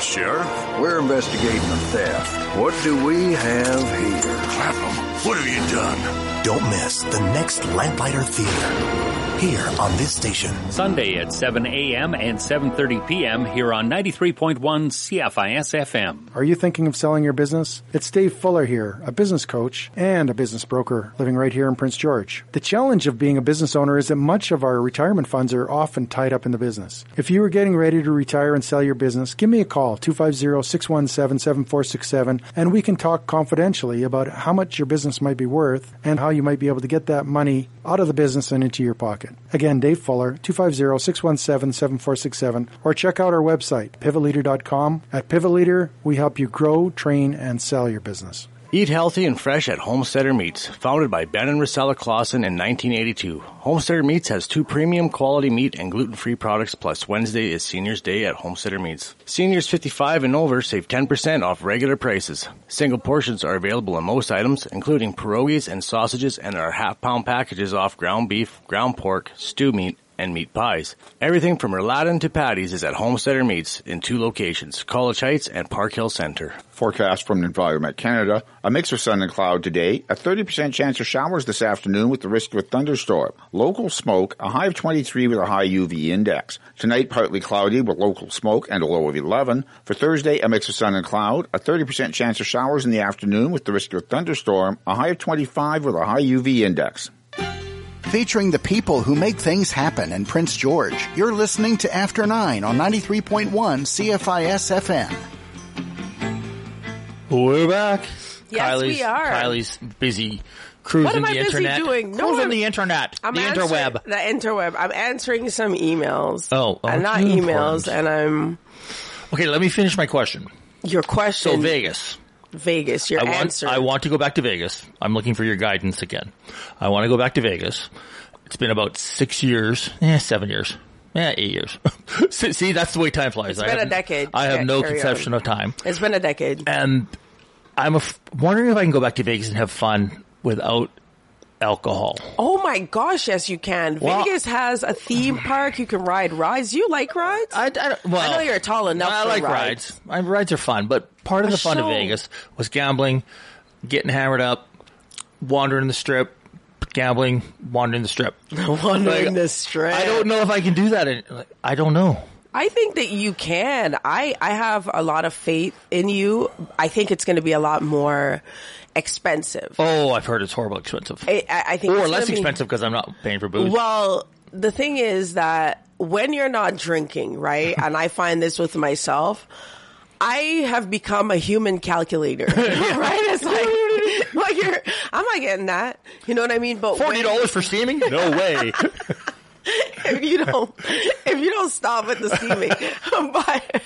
[SPEAKER 5] Sheriff?
[SPEAKER 1] We're investigating a theft. What do we have here?
[SPEAKER 5] Clapham, what have you done?
[SPEAKER 4] Don't miss the next Lamplighter Theater here on this station.
[SPEAKER 7] Sunday at 7 a.m. and 7:30 p.m. here on 93.1 CFIS FM.
[SPEAKER 8] Are you thinking of selling your business? It's Dave Fuller here, a business coach and a business broker living right here in Prince George. The challenge of being a business owner is that much of our retirement funds are often tied up in the business. If you are getting ready to retire and sell your business, give me a call 250-617-7467 and we can talk confidentially about how much your business might be worth and how you might be able to get that money out of the business and into your pocket. Again, Dave Fuller 250-617-7467 or check out our website pivotleader.com. At Pivot Leader, we help you grow, train and sell your business.
[SPEAKER 9] Eat healthy and fresh at Homesteader Meats, founded by Ben and Rosella Clausen in 1982. Homesteader Meats has two premium quality meat and gluten-free products, plus Wednesday is Seniors Day at Homesteader Meats. Seniors 55 and over save 10% off regular prices. Single portions are available in most items, including pierogies and sausages, and there are half-pound packages off ground beef, ground pork, stew meat, and meat pies. Everything from Erladen to patties is at Homesteader Meats in two locations, College Heights and Park Hill Center.
[SPEAKER 10] Forecast from Environment Canada. A mix of sun and cloud today. A 30% chance of showers this afternoon with the risk of a thunderstorm. Local smoke, a high of 23 with a high UV index. Tonight, partly cloudy with local smoke and a low of 11. For Thursday, a mix of sun and cloud. A 30% chance of showers in the afternoon with the risk of a thunderstorm. A high of 25 with a high UV index.
[SPEAKER 1] Featuring the people who make things happen in Prince George. You're listening to After 9 on 93.1 CFIS FM.
[SPEAKER 3] We're back.
[SPEAKER 2] Yes,
[SPEAKER 3] Kylie's,
[SPEAKER 2] we are.
[SPEAKER 3] Kylie's busy cruising
[SPEAKER 2] What am I
[SPEAKER 3] the
[SPEAKER 2] busy
[SPEAKER 3] internet.
[SPEAKER 2] doing? No,
[SPEAKER 3] cruising
[SPEAKER 2] I'm-
[SPEAKER 3] the internet.
[SPEAKER 2] I'm
[SPEAKER 3] the
[SPEAKER 2] answering-
[SPEAKER 3] interweb.
[SPEAKER 2] The interweb. I'm answering some emails.
[SPEAKER 3] Oh, oh,
[SPEAKER 2] and
[SPEAKER 3] it's
[SPEAKER 2] not
[SPEAKER 3] really
[SPEAKER 2] emails,
[SPEAKER 3] important.
[SPEAKER 2] and I'm
[SPEAKER 3] Okay, let me finish my question.
[SPEAKER 2] your
[SPEAKER 3] So
[SPEAKER 2] question.
[SPEAKER 3] Vegas.
[SPEAKER 2] Vegas, your
[SPEAKER 3] I want,
[SPEAKER 2] answer.
[SPEAKER 3] I want to go back to Vegas. I'm looking for your guidance again. I want to go back to Vegas. It's been about six years, yeah, seven years, yeah, eight years. see, see, that's the way time flies. It's I
[SPEAKER 2] been a
[SPEAKER 3] have-
[SPEAKER 2] decade.
[SPEAKER 3] I have
[SPEAKER 2] Yeah,
[SPEAKER 3] no
[SPEAKER 2] carry
[SPEAKER 3] conception
[SPEAKER 2] on.
[SPEAKER 3] of time,
[SPEAKER 2] It's been a decade.
[SPEAKER 3] and I'm af- wondering if I can go back to Vegas and have fun without alcohol.
[SPEAKER 2] Oh my gosh, yes you can.
[SPEAKER 3] Well-
[SPEAKER 2] Vegas has a theme park. You can ride rides. You like rides?
[SPEAKER 3] I, I don't- well,
[SPEAKER 2] I know you're tall enough
[SPEAKER 3] I
[SPEAKER 2] for
[SPEAKER 3] like
[SPEAKER 2] rides.
[SPEAKER 3] rides. I, rides are fun, but part of
[SPEAKER 2] Uh,
[SPEAKER 3] the fun
[SPEAKER 2] so-
[SPEAKER 3] of Vegas was gambling, getting hammered up, wandering the strip, gambling, wandering the strip.
[SPEAKER 2] Wandering
[SPEAKER 3] Like,
[SPEAKER 2] the strip.
[SPEAKER 3] I don't know if I can do that. in- like, I don't know.
[SPEAKER 2] I think that you can. I I have a lot of faith in you. I think it's going to be a lot more expensive.
[SPEAKER 3] Oh, I've heard it's horrible expensive,
[SPEAKER 2] I, I I think it's
[SPEAKER 3] or
[SPEAKER 2] gonna
[SPEAKER 3] less
[SPEAKER 2] be-
[SPEAKER 3] expensive because I'm not paying for booze.
[SPEAKER 2] Well, the thing is that when you're not drinking, right? and I find this with myself. I have become a human calculator, right? It's like, like you're, I'm not getting that. You know what I mean? But
[SPEAKER 3] forty dollars for steaming? No way.
[SPEAKER 2] if you don't, if you don't stop with the steaming, but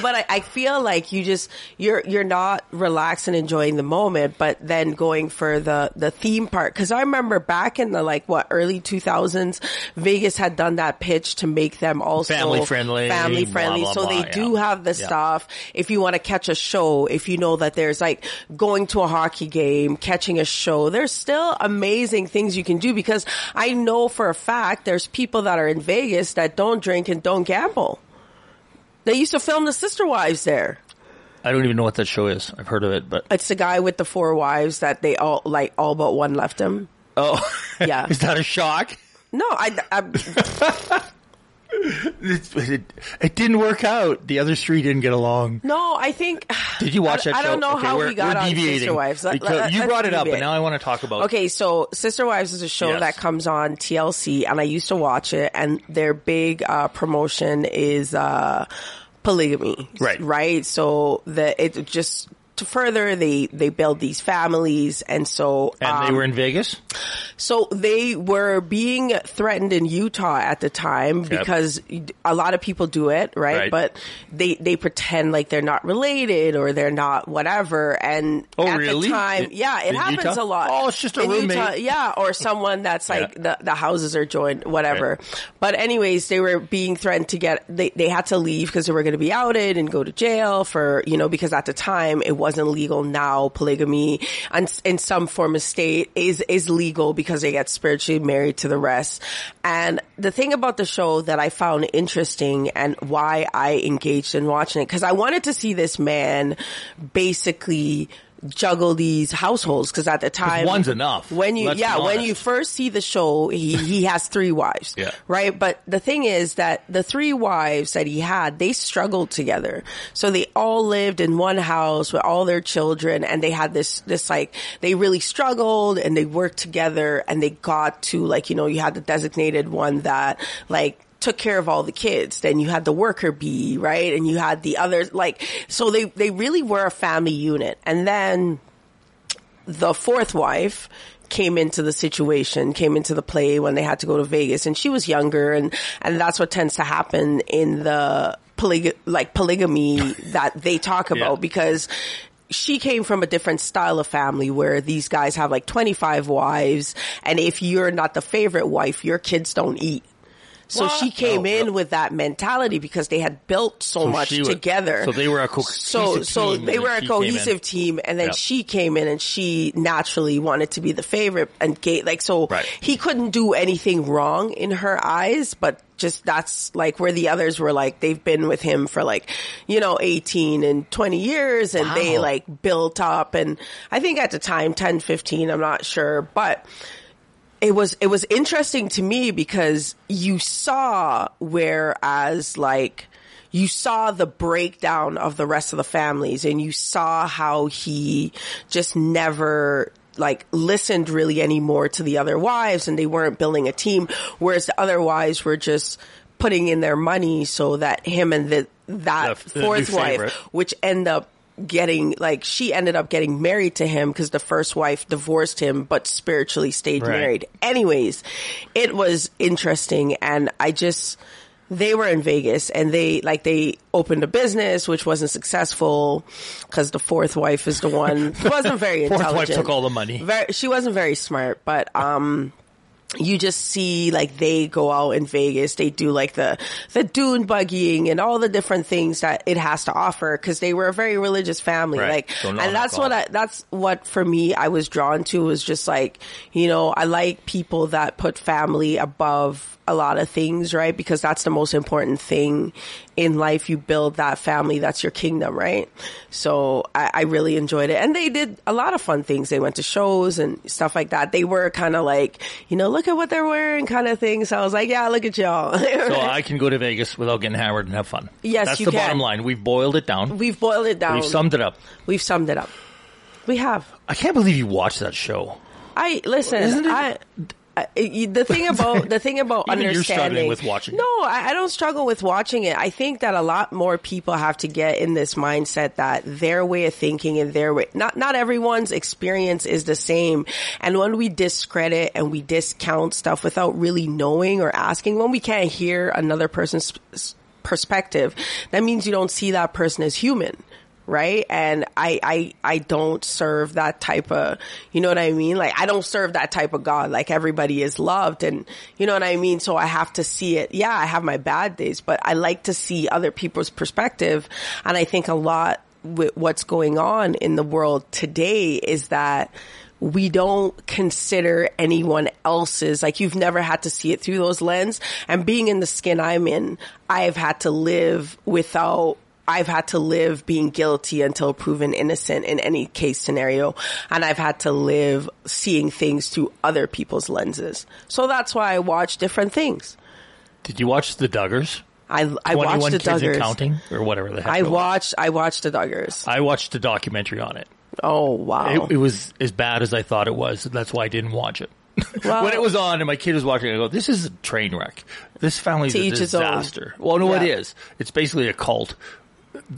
[SPEAKER 2] but I, I feel like you just you're you're not relaxed and enjoying the moment, but then going for the the theme part. Because I remember back in the like what early two thousands, Vegas had done that pitch to make them also
[SPEAKER 3] Family friendly,
[SPEAKER 2] family friendly.
[SPEAKER 3] blah,
[SPEAKER 2] so
[SPEAKER 3] blah,
[SPEAKER 2] they
[SPEAKER 3] blah,
[SPEAKER 2] do
[SPEAKER 3] yeah.
[SPEAKER 2] have the
[SPEAKER 3] Yeah.
[SPEAKER 2] stuff. If you want to catch a show, if you know that there's like going to a hockey game, catching a show, there's still amazing things you can do. Because I know for a fact there's people that are in Vegas that don't drink and don't gamble. They used to film the Sister Wives there.
[SPEAKER 3] I don't even know what that show is. I've heard of it, but
[SPEAKER 2] It's the guy with the four wives that they all like all but one left him.
[SPEAKER 3] oh,
[SPEAKER 2] Yeah.
[SPEAKER 3] is that a shock?
[SPEAKER 2] No, I, I
[SPEAKER 3] It, it, it didn't work out. The other three didn't get along.
[SPEAKER 2] no, I think
[SPEAKER 3] Did you watch
[SPEAKER 2] I,
[SPEAKER 3] that
[SPEAKER 2] I
[SPEAKER 3] show?
[SPEAKER 2] don't know
[SPEAKER 3] Okay,
[SPEAKER 2] how
[SPEAKER 3] we're-
[SPEAKER 2] we got
[SPEAKER 3] we're
[SPEAKER 2] on
[SPEAKER 3] deviating
[SPEAKER 2] Sister Wives. Let-
[SPEAKER 3] Because
[SPEAKER 2] let-
[SPEAKER 3] you
[SPEAKER 2] let's
[SPEAKER 3] brought it up,
[SPEAKER 2] deviate.
[SPEAKER 3] and now I want to talk about.
[SPEAKER 2] Okay, so Sister Wives is a show
[SPEAKER 3] Yes.
[SPEAKER 2] that comes on TLC, and I used to watch it. And their big uh, promotion is uh, polygamy,
[SPEAKER 3] Right.
[SPEAKER 2] Right. So the it just to further they they build these families, and so
[SPEAKER 3] And they
[SPEAKER 2] um,
[SPEAKER 3] were in Vegas.
[SPEAKER 2] So they were being threatened in Utah at the time because a lot of people do it, right?
[SPEAKER 3] Right.
[SPEAKER 2] But they they pretend like they're not related or they're not whatever. And
[SPEAKER 3] Oh,
[SPEAKER 2] at
[SPEAKER 3] really?
[SPEAKER 2] the time,
[SPEAKER 3] In-
[SPEAKER 2] yeah, it
[SPEAKER 3] in
[SPEAKER 2] happens
[SPEAKER 3] Utah?
[SPEAKER 2] a lot.
[SPEAKER 3] Oh, it's just a
[SPEAKER 2] In
[SPEAKER 3] roommate.
[SPEAKER 2] Utah, yeah, or someone that's like
[SPEAKER 3] Yeah.
[SPEAKER 2] the the houses are joined, whatever. But anyways, they were being threatened to get they they had to leave because they were going to be outed and go to jail for you know because at the time it wasn't legal. Now polygamy and in some form of state is is legal because they get spiritually married to the rest. And the thing about the show that I found interesting and why I engaged in watching it because I wanted to see this man basically juggle these households because at the time
[SPEAKER 3] one's enough.
[SPEAKER 2] when you
[SPEAKER 3] Let's
[SPEAKER 2] yeah
[SPEAKER 3] be
[SPEAKER 2] when
[SPEAKER 3] honest.
[SPEAKER 2] you first see the show he he has three wives
[SPEAKER 3] Yeah.
[SPEAKER 2] right but the thing is that the three wives that he had they struggled together so they all lived in one house with all their children and they had this this like they really struggled and they worked together and they got to like you know you had the designated one that like took care of all the kids. Then you had the worker bee, right? And you had the others, like, so they, they really were a family unit. And then the fourth wife came into the situation, came into the play when they had to go to Vegas and she was younger and, and that's what tends to happen in the polyg- like polygamy that they talk about because she came from a different style of family where these guys have like 25 wives and if you're not the favorite wife, your kids don't eat. So she came in with that mentality because they had built so, much
[SPEAKER 3] she was-
[SPEAKER 2] together.
[SPEAKER 3] so they were a
[SPEAKER 2] so
[SPEAKER 3] cohesive
[SPEAKER 2] so
[SPEAKER 3] team
[SPEAKER 2] they
[SPEAKER 3] and
[SPEAKER 2] were
[SPEAKER 3] then
[SPEAKER 2] a
[SPEAKER 3] she came in.
[SPEAKER 2] cohesive team, and then
[SPEAKER 3] Yep.
[SPEAKER 2] she came in and she naturally wanted to be the favorite and gate like so.
[SPEAKER 3] Right.
[SPEAKER 2] He couldn't do anything wrong in her eyes, but just that's like where the others were like they've been with him for like you know 18 and 20 years and they like built up and i think at the time 10 15 i'm not sure but it was it was interesting to me because you saw whereas like you saw the breakdown of the rest of the families and you saw how he just never like listened really anymore to the other wives and they weren't building a team whereas the other wives were just putting in their money so that him and the that
[SPEAKER 3] The- the new
[SPEAKER 2] fourth wife
[SPEAKER 3] favorite.
[SPEAKER 2] which end up getting like she ended up getting married to him because the first wife divorced him but spiritually stayed
[SPEAKER 3] Right.
[SPEAKER 2] married anyways it was interesting and i just they were in vegas and they like they opened a business which wasn't successful because the fourth wife is the one who wasn't very
[SPEAKER 3] Fourth wife
[SPEAKER 2] intelligent
[SPEAKER 3] took all the money.
[SPEAKER 2] very, she wasn't very smart but um you just see like they go out in Vegas, they do like the the dune buggying and all the different things that it has to offer because they were a very religious family,
[SPEAKER 3] Right.
[SPEAKER 2] like,
[SPEAKER 3] So
[SPEAKER 2] and that's what I, that's what for me I was drawn to was just like you know I like people that put family above a lot of things, right? Because that's the most important thing in life. You build that family, that's your kingdom, right? So I, I really enjoyed it. And they did a lot of fun things. They went to shows and stuff like that. They were kind of like, you know, look at what they're wearing kind of thing. So I was like, yeah, look at y'all.
[SPEAKER 3] So I can go to Vegas without getting hammered and have fun.
[SPEAKER 2] Yes,
[SPEAKER 3] that's
[SPEAKER 2] you
[SPEAKER 3] the
[SPEAKER 2] can.
[SPEAKER 3] bottom line. We've boiled it down.
[SPEAKER 2] We've boiled it down.
[SPEAKER 3] We've summed it up.
[SPEAKER 2] We've summed it up. We have.
[SPEAKER 3] I can't believe you watched that show.
[SPEAKER 2] I listen.
[SPEAKER 3] Isn't it-
[SPEAKER 2] I uh, it- the thing about the thing about
[SPEAKER 3] Even you're
[SPEAKER 2] understanding
[SPEAKER 3] struggling with watching it.
[SPEAKER 2] No, I, I don't struggle with watching it. I think that a lot more people have to get in this mindset that their way of thinking and their way not not everyone's experience is the same. And when we discredit and we discount stuff without really knowing or asking, when we can't hear another person's s- perspective, that means you don't see that person as human right and I, I i don't serve that type of you know what i mean like i don't serve that type of god like everybody is loved and you know what i mean so i have to see it yeah i have my bad days but i like to see other people's perspective and i think a lot with what's going on in the world today is that we don't consider anyone else's like you've never had to see it through those lens and being in the skin i'm in i've had to live without I've had to live being guilty until proven innocent in any case scenario. And I've had to live seeing things through other people's lenses. So that's why I watch different things.
[SPEAKER 3] Did you watch The Duggars?
[SPEAKER 2] I, I watched the
[SPEAKER 3] Kids and
[SPEAKER 2] Duggars.
[SPEAKER 3] Counting, or whatever the heck.
[SPEAKER 2] I
[SPEAKER 3] it was.
[SPEAKER 2] watched, I watched the Duggars.
[SPEAKER 3] I watched the documentary on it.
[SPEAKER 2] Oh, wow.
[SPEAKER 3] It, it was as bad as I thought it was. That's why I didn't watch it. when it was on and my kid was watching, it, I go, "This is a train wreck. This family's
[SPEAKER 2] To
[SPEAKER 3] a
[SPEAKER 2] each his own.
[SPEAKER 3] disaster." Well, no,
[SPEAKER 2] Yeah.
[SPEAKER 3] it is. It's basically a cult.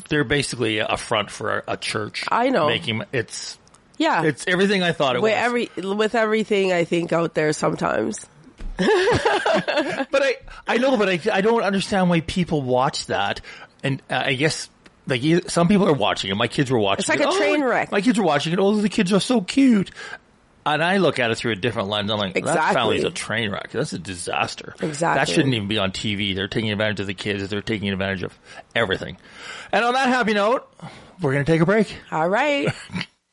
[SPEAKER 3] They're basically a front for a, a church.
[SPEAKER 2] I know.
[SPEAKER 3] Making it's
[SPEAKER 2] yeah.
[SPEAKER 3] it's everything I thought it
[SPEAKER 2] with
[SPEAKER 3] was.
[SPEAKER 2] every, with everything I think out there sometimes.
[SPEAKER 3] but I, I know, but I, I don't understand why people watch that. And uh, I guess like you- some people are watching it. My kids were watching.
[SPEAKER 2] It's like
[SPEAKER 3] it.
[SPEAKER 2] a train wreck.
[SPEAKER 3] My kids were watching it. Oh, the kids are so cute. And I look at it through a different lens. I'm like, that
[SPEAKER 2] Exactly.
[SPEAKER 3] family's a train wreck. That's a disaster. That
[SPEAKER 2] Exactly.
[SPEAKER 3] shouldn't even be on TV. They're taking advantage of the kids. They're taking advantage of everything. And on that happy note, we're going to take a break.
[SPEAKER 2] All right.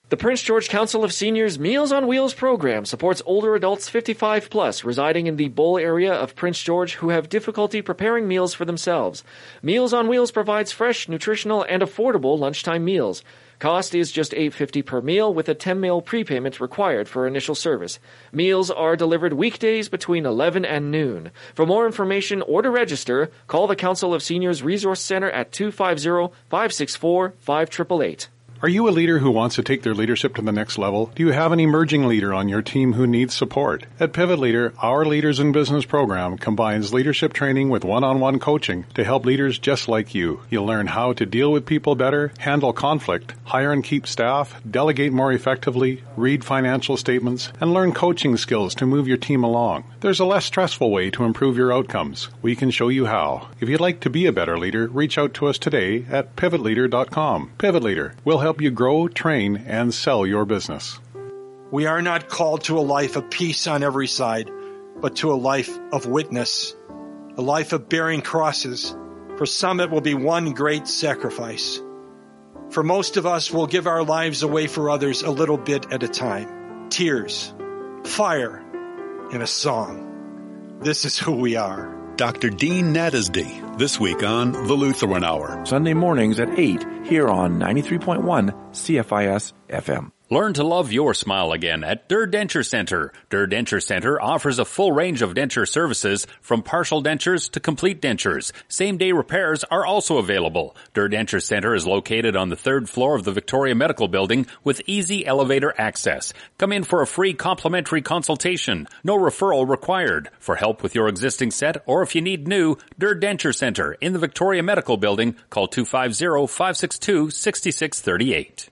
[SPEAKER 11] The Prince George Council of Seniors Meals on Wheels program supports older adults 55 plus residing in the Bowl area of Prince George who have difficulty preparing meals for themselves. Meals on Wheels provides fresh, nutritional, and affordable lunchtime meals. Cost is just $8.50 per meal with a 10 meal prepayment required for initial service. Meals are delivered weekdays between 11 and noon. For more information or to register, call the Council of Seniors Resource Center at 250 564 5888.
[SPEAKER 12] Are you a leader who wants to take their leadership to the next level? Do you have an emerging leader on your team who needs support? At Pivot Leader, our Leaders in Business program combines leadership training with one-on-one coaching to help leaders just like you. You'll learn how to deal with people better, handle conflict, hire and keep staff, delegate more effectively, read financial statements, and learn coaching skills to move your team along. There's a less stressful way to improve your outcomes. We can show you how. If you'd like to be a better leader, reach out to us today at pivotleader.com. Pivot Leader will help you grow, train, and sell your business.
[SPEAKER 13] We are not called to a life of peace on every side, but to a life of witness, a life of bearing crosses. For some, it will be one great sacrifice. For most of us, we'll give our lives away for others a little bit at a time. Tears, fire, and a song. This is who we are.
[SPEAKER 14] Dr. Dean Nattasdy, this week on The Lutheran Hour.
[SPEAKER 15] Sunday mornings at 8 here on 93.1 CFIS FM.
[SPEAKER 7] Learn to love your smile again at Durr Denture Center. Durr Denture Center offers a full range of denture services from partial dentures to complete dentures. Same day repairs are also available. Durr Denture Center is located on the third floor of the Victoria Medical Building with easy elevator access. Come in for a free complimentary consultation. No referral required. For help with your existing set or if you need new, Durr Denture Center in the Victoria Medical Building, call 250-562-6638.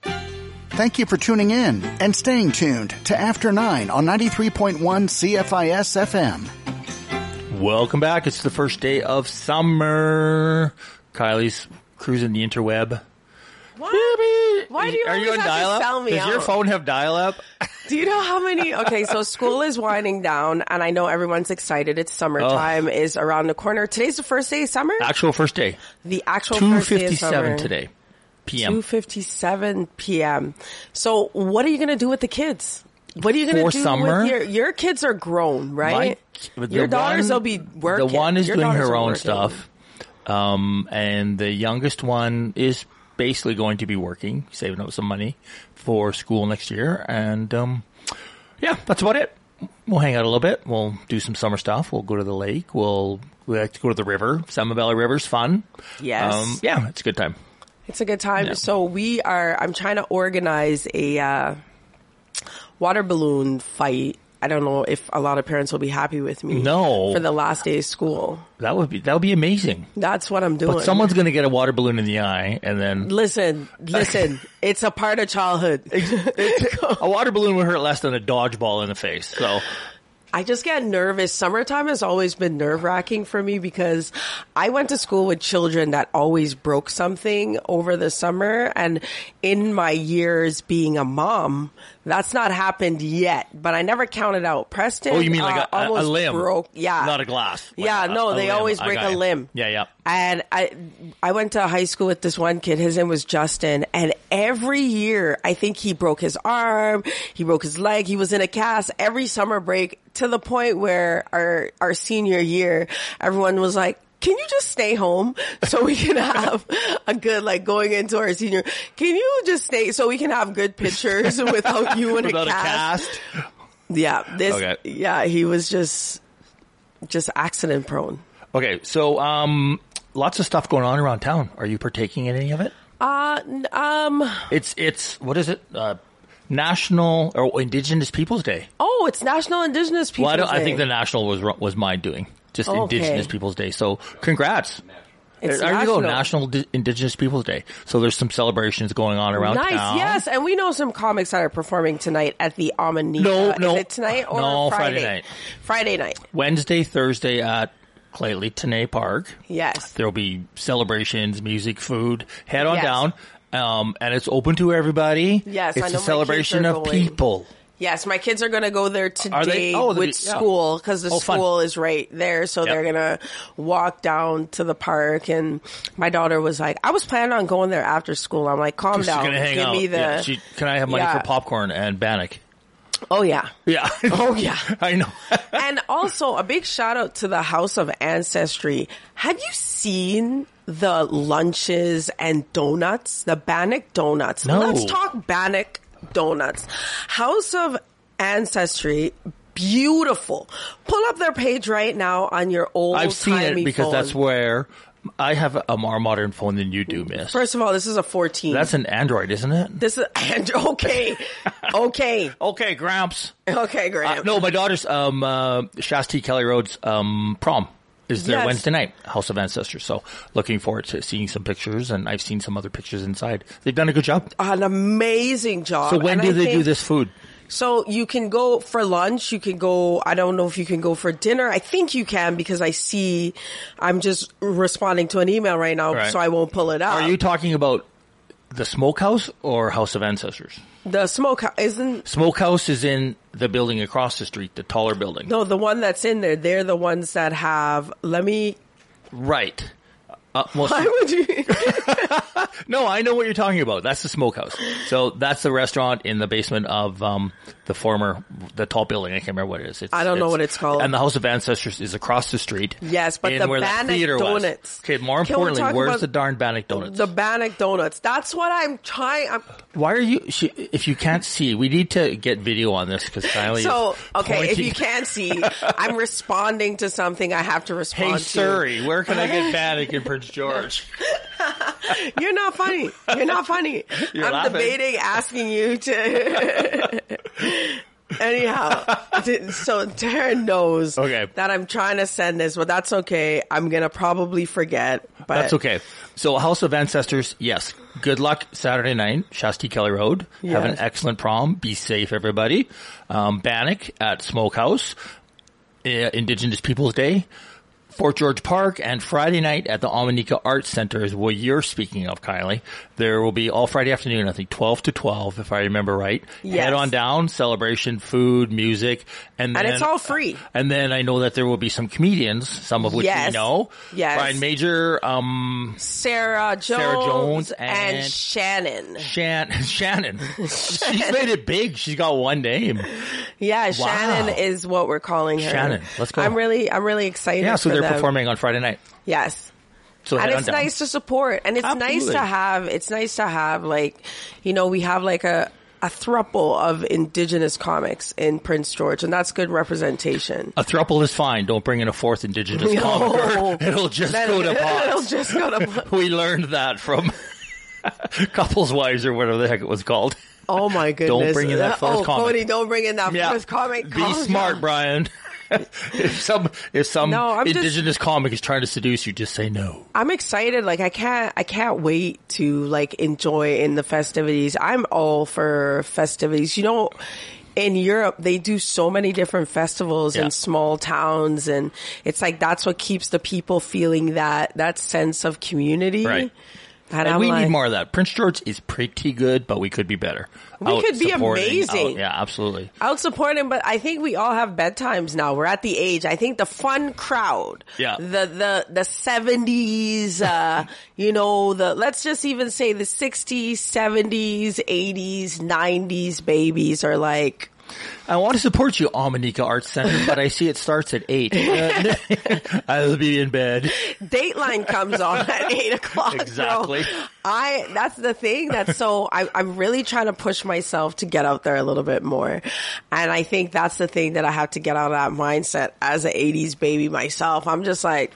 [SPEAKER 1] Thank you for tuning in and staying tuned to After 9 on 93.1 CFIS FM.
[SPEAKER 3] Welcome back. It's the first day of summer. Kylie's cruising the interweb.
[SPEAKER 2] Why, why do you
[SPEAKER 3] Are
[SPEAKER 2] always
[SPEAKER 3] you on
[SPEAKER 2] have
[SPEAKER 3] dial
[SPEAKER 2] to sound
[SPEAKER 3] up?
[SPEAKER 2] me
[SPEAKER 3] Does
[SPEAKER 2] out?
[SPEAKER 3] your phone have dial up?
[SPEAKER 2] Do you know how many? Okay, so school is winding down, and I know everyone's excited. It's summertime is around the corner. Today's the first day of summer.
[SPEAKER 3] Actual first day.
[SPEAKER 2] The actual
[SPEAKER 3] Two
[SPEAKER 2] first day of
[SPEAKER 3] fifty
[SPEAKER 2] summer.
[SPEAKER 3] seven today. PM.
[SPEAKER 2] Two fifty seven p.m. So, what are you going to do with the kids? What are you going
[SPEAKER 3] For
[SPEAKER 2] to do
[SPEAKER 3] summer?
[SPEAKER 2] with your your kids are grown, right?
[SPEAKER 3] My- the
[SPEAKER 2] your daughters
[SPEAKER 3] one-
[SPEAKER 2] will be working.
[SPEAKER 3] The one is
[SPEAKER 2] Your
[SPEAKER 3] doing
[SPEAKER 2] daughters
[SPEAKER 3] her
[SPEAKER 2] are
[SPEAKER 3] own
[SPEAKER 2] working.
[SPEAKER 3] stuff, um, and the youngest one is basically going to be working, saving up some money for school next year, and um, yeah, that's about it. We'll hang out a little bit. We'll do some summer stuff. We'll go to the lake. We'll we like to go to the river. Salmon Valley River's fun. Um,
[SPEAKER 2] Yes.
[SPEAKER 3] yeah, it's a good time.
[SPEAKER 2] It's a good time.
[SPEAKER 3] Yeah.
[SPEAKER 2] So we are. I'm trying to organize a uh, water balloon fight. I don't know if a lot of parents will be happy with me.
[SPEAKER 3] No.
[SPEAKER 2] For the last day of school.
[SPEAKER 3] That would be that would be amazing.
[SPEAKER 2] That's what I'm doing.
[SPEAKER 3] But someone's going to get a water balloon in the eye, and then
[SPEAKER 2] listen, listen, it's a part of childhood.
[SPEAKER 3] a water balloon would hurt less than a dodgeball in the face. So
[SPEAKER 2] I just get nervous. Summertime has always been nerve wracking for me because I went to school with children that always broke something over the summer. And in my years being a mom, that's not happened yet, but I never counted out. Preston.
[SPEAKER 3] Oh, you mean like uh, a, almost a limb?
[SPEAKER 2] Broke, yeah.
[SPEAKER 3] Not a glass. Like
[SPEAKER 2] yeah,
[SPEAKER 3] a,
[SPEAKER 2] no, they
[SPEAKER 3] limb.
[SPEAKER 2] always break a
[SPEAKER 3] you.
[SPEAKER 2] limb.
[SPEAKER 3] Yeah, yeah.
[SPEAKER 2] And I, I went to high school with this one kid. His name was Justin, and every year, I think he broke his arm, he broke his leg, he was in a cast every summer break to the point where our our senior year, everyone was like, can you just stay home so we can have a good like going into our senior? Can you just stay so we can have good pictures without you and
[SPEAKER 3] without
[SPEAKER 2] a, cast?
[SPEAKER 3] a cast?
[SPEAKER 2] Yeah, this.
[SPEAKER 3] Okay.
[SPEAKER 2] Yeah, he was just just accident prone.
[SPEAKER 3] Okay, so um, lots of stuff going on around town. Are you partaking in any of it?
[SPEAKER 2] Uh, um,
[SPEAKER 3] it's it's what is it? Uh, National or Indigenous Peoples Day.
[SPEAKER 2] Oh, it's National Indigenous Peoples well,
[SPEAKER 3] I,
[SPEAKER 2] Day.
[SPEAKER 3] I think the national was was my doing just okay. Indigenous Peoples Day. So congrats.
[SPEAKER 2] It's
[SPEAKER 3] there you
[SPEAKER 2] national.
[SPEAKER 3] go, National D- Indigenous Peoples Day. So there's some celebrations going on around
[SPEAKER 2] nice,
[SPEAKER 3] town.
[SPEAKER 2] yes, and we know some comics that are performing tonight at the Amanita.
[SPEAKER 3] No, no,
[SPEAKER 2] Is it tonight or
[SPEAKER 3] no,
[SPEAKER 2] Friday?
[SPEAKER 3] Friday night.
[SPEAKER 2] Friday night.
[SPEAKER 3] Wednesday, Thursday at Clately Tene Park.
[SPEAKER 2] Yes.
[SPEAKER 3] There'll be celebrations, music, food. Head on
[SPEAKER 2] Yes.
[SPEAKER 3] down, um, and it's open to everybody.
[SPEAKER 2] Yes,
[SPEAKER 3] it's
[SPEAKER 2] I know my
[SPEAKER 3] a
[SPEAKER 2] kids
[SPEAKER 3] celebration
[SPEAKER 2] are
[SPEAKER 3] of
[SPEAKER 2] going.
[SPEAKER 3] people.
[SPEAKER 2] Yes, my kids are going to go there today
[SPEAKER 3] they- oh, they-
[SPEAKER 2] with
[SPEAKER 3] yeah.
[SPEAKER 2] school because the
[SPEAKER 3] Oh, fun.
[SPEAKER 2] school is right there. So
[SPEAKER 3] Yep.
[SPEAKER 2] they're going to walk down to the park. And my daughter was like, I was planning on going there after school. I'm like, calm
[SPEAKER 3] She's
[SPEAKER 2] down.
[SPEAKER 3] gonna hang
[SPEAKER 2] Give
[SPEAKER 3] out.
[SPEAKER 2] me the.
[SPEAKER 3] Yeah, she- can I have money
[SPEAKER 2] Yeah.
[SPEAKER 3] for popcorn and bannock?
[SPEAKER 2] oh, yeah.
[SPEAKER 3] Yeah.
[SPEAKER 2] Oh, yeah.
[SPEAKER 3] I know.
[SPEAKER 2] and also a big shout out to the House of Ancestry. Have you seen the lunches and donuts, the Bannock donuts?
[SPEAKER 6] No.
[SPEAKER 2] Let's talk Bannock donuts. House of Ancestry. Beautiful. Pull up their page right now on your old.
[SPEAKER 3] I've seen it
[SPEAKER 2] timey
[SPEAKER 3] because
[SPEAKER 2] phone.
[SPEAKER 3] that's where I have a more modern phone than you do, Miss.
[SPEAKER 2] First of all, this is a fourteen.
[SPEAKER 3] That's an Android, isn't it?
[SPEAKER 2] This is okay, okay,
[SPEAKER 3] okay, Gramps.
[SPEAKER 2] Okay, Graham.
[SPEAKER 3] Uh, no, my daughter's um, uh, Shasti Kelly Rhodes um, prom is there
[SPEAKER 2] Yes.
[SPEAKER 3] Wednesday night, House of Ancestors. So looking forward to seeing some pictures, and I've seen some other pictures inside. They've done a good job.
[SPEAKER 2] an amazing job.
[SPEAKER 3] so when
[SPEAKER 2] Uh, And
[SPEAKER 3] do
[SPEAKER 2] I
[SPEAKER 3] they do
[SPEAKER 2] think-
[SPEAKER 3] this food?
[SPEAKER 2] So you can go for lunch. You can go. I don't know if you can go for dinner. I think you can because I see. I'm just responding to an email right now,
[SPEAKER 3] Right.
[SPEAKER 2] so I won't pull it up.
[SPEAKER 3] Are you talking about the smokehouse or House of Ancestors?
[SPEAKER 2] the smoke isn't
[SPEAKER 3] Smokehouse is in the building across the street, the taller building.
[SPEAKER 2] no the one that's in there. They're the ones that have. Let me.
[SPEAKER 3] Right. Uh, well,
[SPEAKER 2] Why would you?
[SPEAKER 3] No, I know what you're talking about. That's the smokehouse. So that's the restaurant in the basement of um, the former, the tall building. I can't remember what it is. It's,
[SPEAKER 2] I don't know what it's called.
[SPEAKER 3] And the House of Ancestors is across the street.
[SPEAKER 2] Yes, but
[SPEAKER 3] in
[SPEAKER 2] the
[SPEAKER 3] where that
[SPEAKER 2] Bannock
[SPEAKER 3] theater Was.
[SPEAKER 2] Donuts.
[SPEAKER 3] Okay, more
[SPEAKER 2] Can we
[SPEAKER 3] importantly,
[SPEAKER 2] talk
[SPEAKER 3] where's
[SPEAKER 2] about-
[SPEAKER 3] the darn Bannock Donuts?
[SPEAKER 2] The Bannock Donuts. That's what I'm trying. I'm,
[SPEAKER 3] Why are you? She, if you can't see, we need to get video on this because Kylie.
[SPEAKER 2] so
[SPEAKER 3] is
[SPEAKER 2] okay, if
[SPEAKER 3] pointing-
[SPEAKER 2] you can't see, I'm responding to something I have to respond
[SPEAKER 3] Hey
[SPEAKER 2] to.
[SPEAKER 3] Surrey, where can I get Bannock in Prince George?
[SPEAKER 2] You're not funny. You're not funny.
[SPEAKER 3] You're
[SPEAKER 2] I'm
[SPEAKER 3] laughing.
[SPEAKER 2] debating asking you to. Anyhow, t- so Taryn knows
[SPEAKER 3] Okay.
[SPEAKER 2] that I'm trying to send this, but that's okay. I'm gonna probably forget. But
[SPEAKER 3] That's okay. So House of Ancestors, yes. Good luck Saturday night, Shasti Kelly Road. Have an
[SPEAKER 2] Yes.
[SPEAKER 3] excellent prom. Be safe, everybody. Um, Bannock at Smokehouse, uh, Indigenous Peoples Day, Fort George Park, and Friday night at the Almanica Arts Center is what you're speaking of, Kylie. There will be all Friday afternoon, I think 12 to 12, if I remember right.
[SPEAKER 2] Yes.
[SPEAKER 3] Head on down, celebration, food, music, and,
[SPEAKER 2] And
[SPEAKER 3] then,
[SPEAKER 2] it's all free.
[SPEAKER 3] And then I know that there will be some comedians, some of which
[SPEAKER 2] Yes.
[SPEAKER 3] we know.
[SPEAKER 2] Yes.
[SPEAKER 3] Brian Major, um,
[SPEAKER 2] Sarah Jones,
[SPEAKER 3] Sarah Jones
[SPEAKER 2] and,
[SPEAKER 3] and-
[SPEAKER 2] Shannon.
[SPEAKER 3] Shan- Shannon. She's made it big. She's got one name.
[SPEAKER 2] Yeah,
[SPEAKER 3] Wow.
[SPEAKER 2] Shannon is what we're calling her.
[SPEAKER 3] Shannon, let's go.
[SPEAKER 2] I'm really, I'm really excited.
[SPEAKER 3] Yeah, so
[SPEAKER 2] for
[SPEAKER 3] they're
[SPEAKER 2] them.
[SPEAKER 3] performing on Friday night.
[SPEAKER 2] Yes.
[SPEAKER 3] So
[SPEAKER 2] and
[SPEAKER 3] head
[SPEAKER 2] it's
[SPEAKER 3] on down.
[SPEAKER 2] nice to support and it's nice
[SPEAKER 3] Absolutely.
[SPEAKER 2] to have it's nice to have like you know we have like a a thruple of indigenous comics in Prince George and that's good representation.
[SPEAKER 3] A thruple is fine. Don't bring in a fourth indigenous
[SPEAKER 2] No.
[SPEAKER 3] comic. It'll just
[SPEAKER 2] Then-
[SPEAKER 3] go to pot.
[SPEAKER 2] it'll just go to pot.
[SPEAKER 3] we learned that from Couples Wives or whatever the heck it was called.
[SPEAKER 2] Oh my goodness!
[SPEAKER 3] Don't bring in that fourth
[SPEAKER 2] oh,
[SPEAKER 3] comment.
[SPEAKER 2] Cody, don't bring in that fourth comment.
[SPEAKER 3] Be smart, Brian. if some if some
[SPEAKER 2] No, I'm just-
[SPEAKER 3] indigenous comic is trying to seduce you, just say no.
[SPEAKER 2] I'm excited. Like I can't, I can't wait to like enjoy in the festivities. I'm all for festivities. You know, in Europe, they do so many different festivals
[SPEAKER 3] Yeah.
[SPEAKER 2] in small towns and it's like, that's what keeps the people feeling that, that sense of community.
[SPEAKER 3] Right.
[SPEAKER 2] And, I'm
[SPEAKER 3] we
[SPEAKER 2] like,
[SPEAKER 3] need more of that. Prince George is pretty good, but we could be better.
[SPEAKER 2] We could be
[SPEAKER 3] supporting,
[SPEAKER 2] amazing.
[SPEAKER 3] out- Oh, yeah, absolutely.
[SPEAKER 2] I'll support him, but I think we all have bedtimes now. We're at the age. I think the fun crowd,
[SPEAKER 3] Yeah.
[SPEAKER 2] the the the seventies, uh, you know, the let's just even say the sixties, seventies, eighties, nineties babies are like.
[SPEAKER 3] I want to support you, Almanica Arts Center, but I see it starts at eight. Uh, I'll be in bed.
[SPEAKER 2] Dateline comes on at eight o'clock. bro.
[SPEAKER 3] Exactly.
[SPEAKER 2] I that's the thing that's so I, I'm really trying to push myself to get out there a little bit more, and I think that's the thing that I have to get out of that mindset as an '80s baby myself. I'm just like,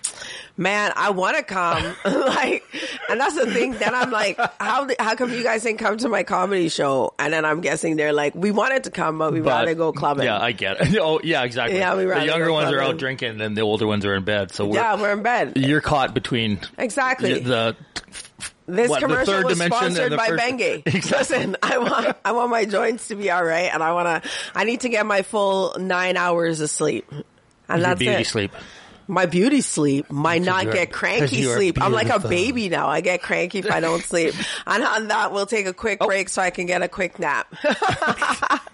[SPEAKER 2] man, I want to come, like, and that's the thing. Then I'm like, how the- how come you guys didn't come to my comedy show? And then I'm guessing they're like, we wanted to come, but we
[SPEAKER 3] But-
[SPEAKER 2] rather go clubbing.
[SPEAKER 3] Yeah, I get it. Oh, yeah, exactly.
[SPEAKER 2] Yeah, we rather
[SPEAKER 3] the younger
[SPEAKER 2] go
[SPEAKER 3] ones are
[SPEAKER 2] clubbing.
[SPEAKER 3] out drinking, and the older ones are in bed. So we're,
[SPEAKER 2] yeah, we're in bed.
[SPEAKER 3] you're caught between
[SPEAKER 2] Exactly.
[SPEAKER 3] the
[SPEAKER 2] This
[SPEAKER 3] What, the
[SPEAKER 2] commercial
[SPEAKER 3] third
[SPEAKER 2] was
[SPEAKER 3] dimension and
[SPEAKER 2] sponsored
[SPEAKER 3] the
[SPEAKER 2] by
[SPEAKER 3] first-
[SPEAKER 2] Bengay. Listen, I want I want my joints to be all right, and I want to. I need to get my full nine hours of sleep, and
[SPEAKER 3] your
[SPEAKER 2] that's
[SPEAKER 3] beauty
[SPEAKER 2] it.
[SPEAKER 3] sleep.
[SPEAKER 2] My beauty sleep, my not
[SPEAKER 3] you are-
[SPEAKER 2] get
[SPEAKER 3] because
[SPEAKER 2] cranky
[SPEAKER 3] you are
[SPEAKER 2] sleep. I'm like a
[SPEAKER 3] beautiful.
[SPEAKER 2] baby now. I get cranky if I don't sleep. And on that, we'll take a quick
[SPEAKER 3] Oh.
[SPEAKER 2] break so I can get a quick nap.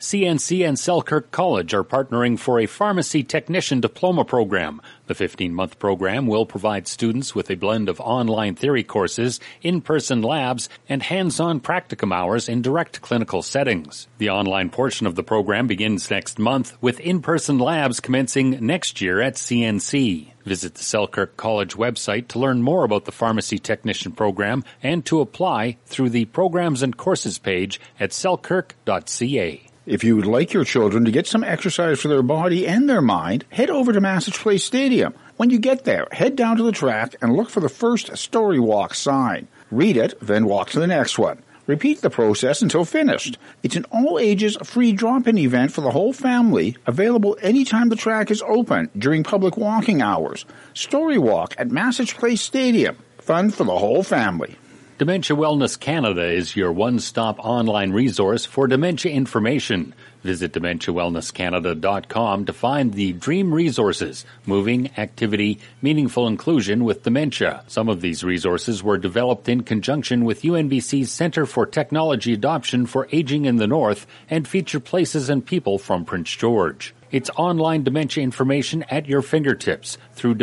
[SPEAKER 7] CNC and Selkirk College are partnering for a pharmacy technician diploma program. The 15 month program will provide students with a blend of online theory courses, in person labs, and hands on practicum hours in direct clinical settings. The online portion of the program begins next month, with in person labs commencing next year at CNC. Visit the Selkirk College website to learn more about the pharmacy technician program and to apply through the programs and courses page at selkirk.ca.
[SPEAKER 10] If you would like your children to get some exercise for their body and their mind, head over to Massage Place Stadium. When you get there, head down to the track and look for the first story walk sign. Read it, then walk to the next one. Repeat the process until finished. It's an all ages free drop in event for the whole family, available anytime the track is open during public walking hours. Story Walk at Massage Place Stadium. Fun for the whole family.
[SPEAKER 7] Dementia Wellness Canada is your one stop online resource for dementia information. Visit dementiawellnesscanada.com to find the dream resources moving, activity, meaningful inclusion with dementia. Some of these resources were developed in conjunction with UNBC's Center for Technology Adoption for Aging in the North and feature places and people from Prince George. It's online dementia information at your fingertips through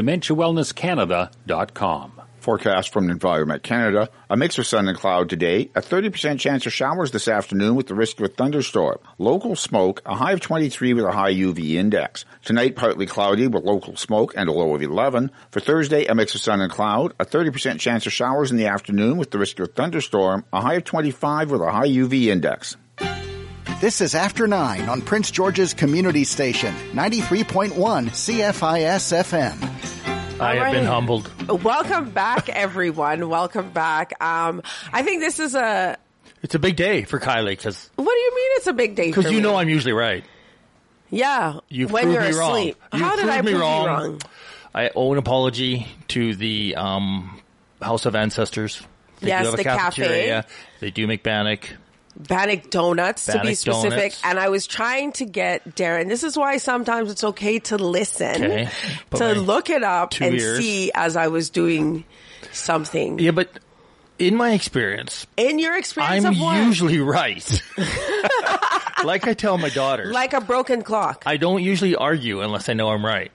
[SPEAKER 7] dementiawellnesscanada.com.
[SPEAKER 10] Forecast from Environment Canada. uh, A mix of sun and cloud today. A 30% chance of showers this afternoon with the risk of a thunderstorm. Local smoke, a high of 23 with a high UV index. Tonight, partly cloudy with local smoke and a low of 11. For Thursday, a mix of sun and cloud. A 30% chance of showers in the afternoon with the risk of a thunderstorm. A high of 25 with a high UV index.
[SPEAKER 1] This is After 9 on Prince George's Community Station, 93.1 CFIS FM.
[SPEAKER 3] I have been
[SPEAKER 2] Alright.
[SPEAKER 3] humbled.
[SPEAKER 2] Welcome back, everyone. Welcome back. Um, I think this is a.
[SPEAKER 3] It's a big day for Kylie because
[SPEAKER 2] What do you mean? It's a big day for
[SPEAKER 3] you
[SPEAKER 2] me?
[SPEAKER 3] know I'm usually right.
[SPEAKER 2] Yeah,
[SPEAKER 3] You've
[SPEAKER 2] when
[SPEAKER 3] proved
[SPEAKER 2] you're
[SPEAKER 3] me wrong.
[SPEAKER 2] asleep.
[SPEAKER 3] You've
[SPEAKER 2] How did I
[SPEAKER 3] proved me
[SPEAKER 2] prove
[SPEAKER 3] wrong.
[SPEAKER 2] you wrong?
[SPEAKER 3] I owe an apology to the um, House of Ancestors. They
[SPEAKER 2] Yes,
[SPEAKER 3] do have
[SPEAKER 2] the
[SPEAKER 3] a
[SPEAKER 2] cafe.
[SPEAKER 3] cafeteria. They do make bannock.
[SPEAKER 2] Bannock donuts to be
[SPEAKER 3] Bannock
[SPEAKER 2] specific.
[SPEAKER 3] donuts.
[SPEAKER 2] And I was trying to get Darren. This is why sometimes it's okay to listen,
[SPEAKER 3] Okay. Put
[SPEAKER 2] to
[SPEAKER 3] my
[SPEAKER 2] look it up
[SPEAKER 3] two
[SPEAKER 2] and
[SPEAKER 3] ears.
[SPEAKER 2] see as I was doing something.
[SPEAKER 3] Yeah, but in my experience,
[SPEAKER 2] In your experience
[SPEAKER 3] I'm
[SPEAKER 2] of what?
[SPEAKER 3] usually right. like I tell my daughters,
[SPEAKER 2] like a broken clock.
[SPEAKER 3] I don't usually argue unless I know I'm right,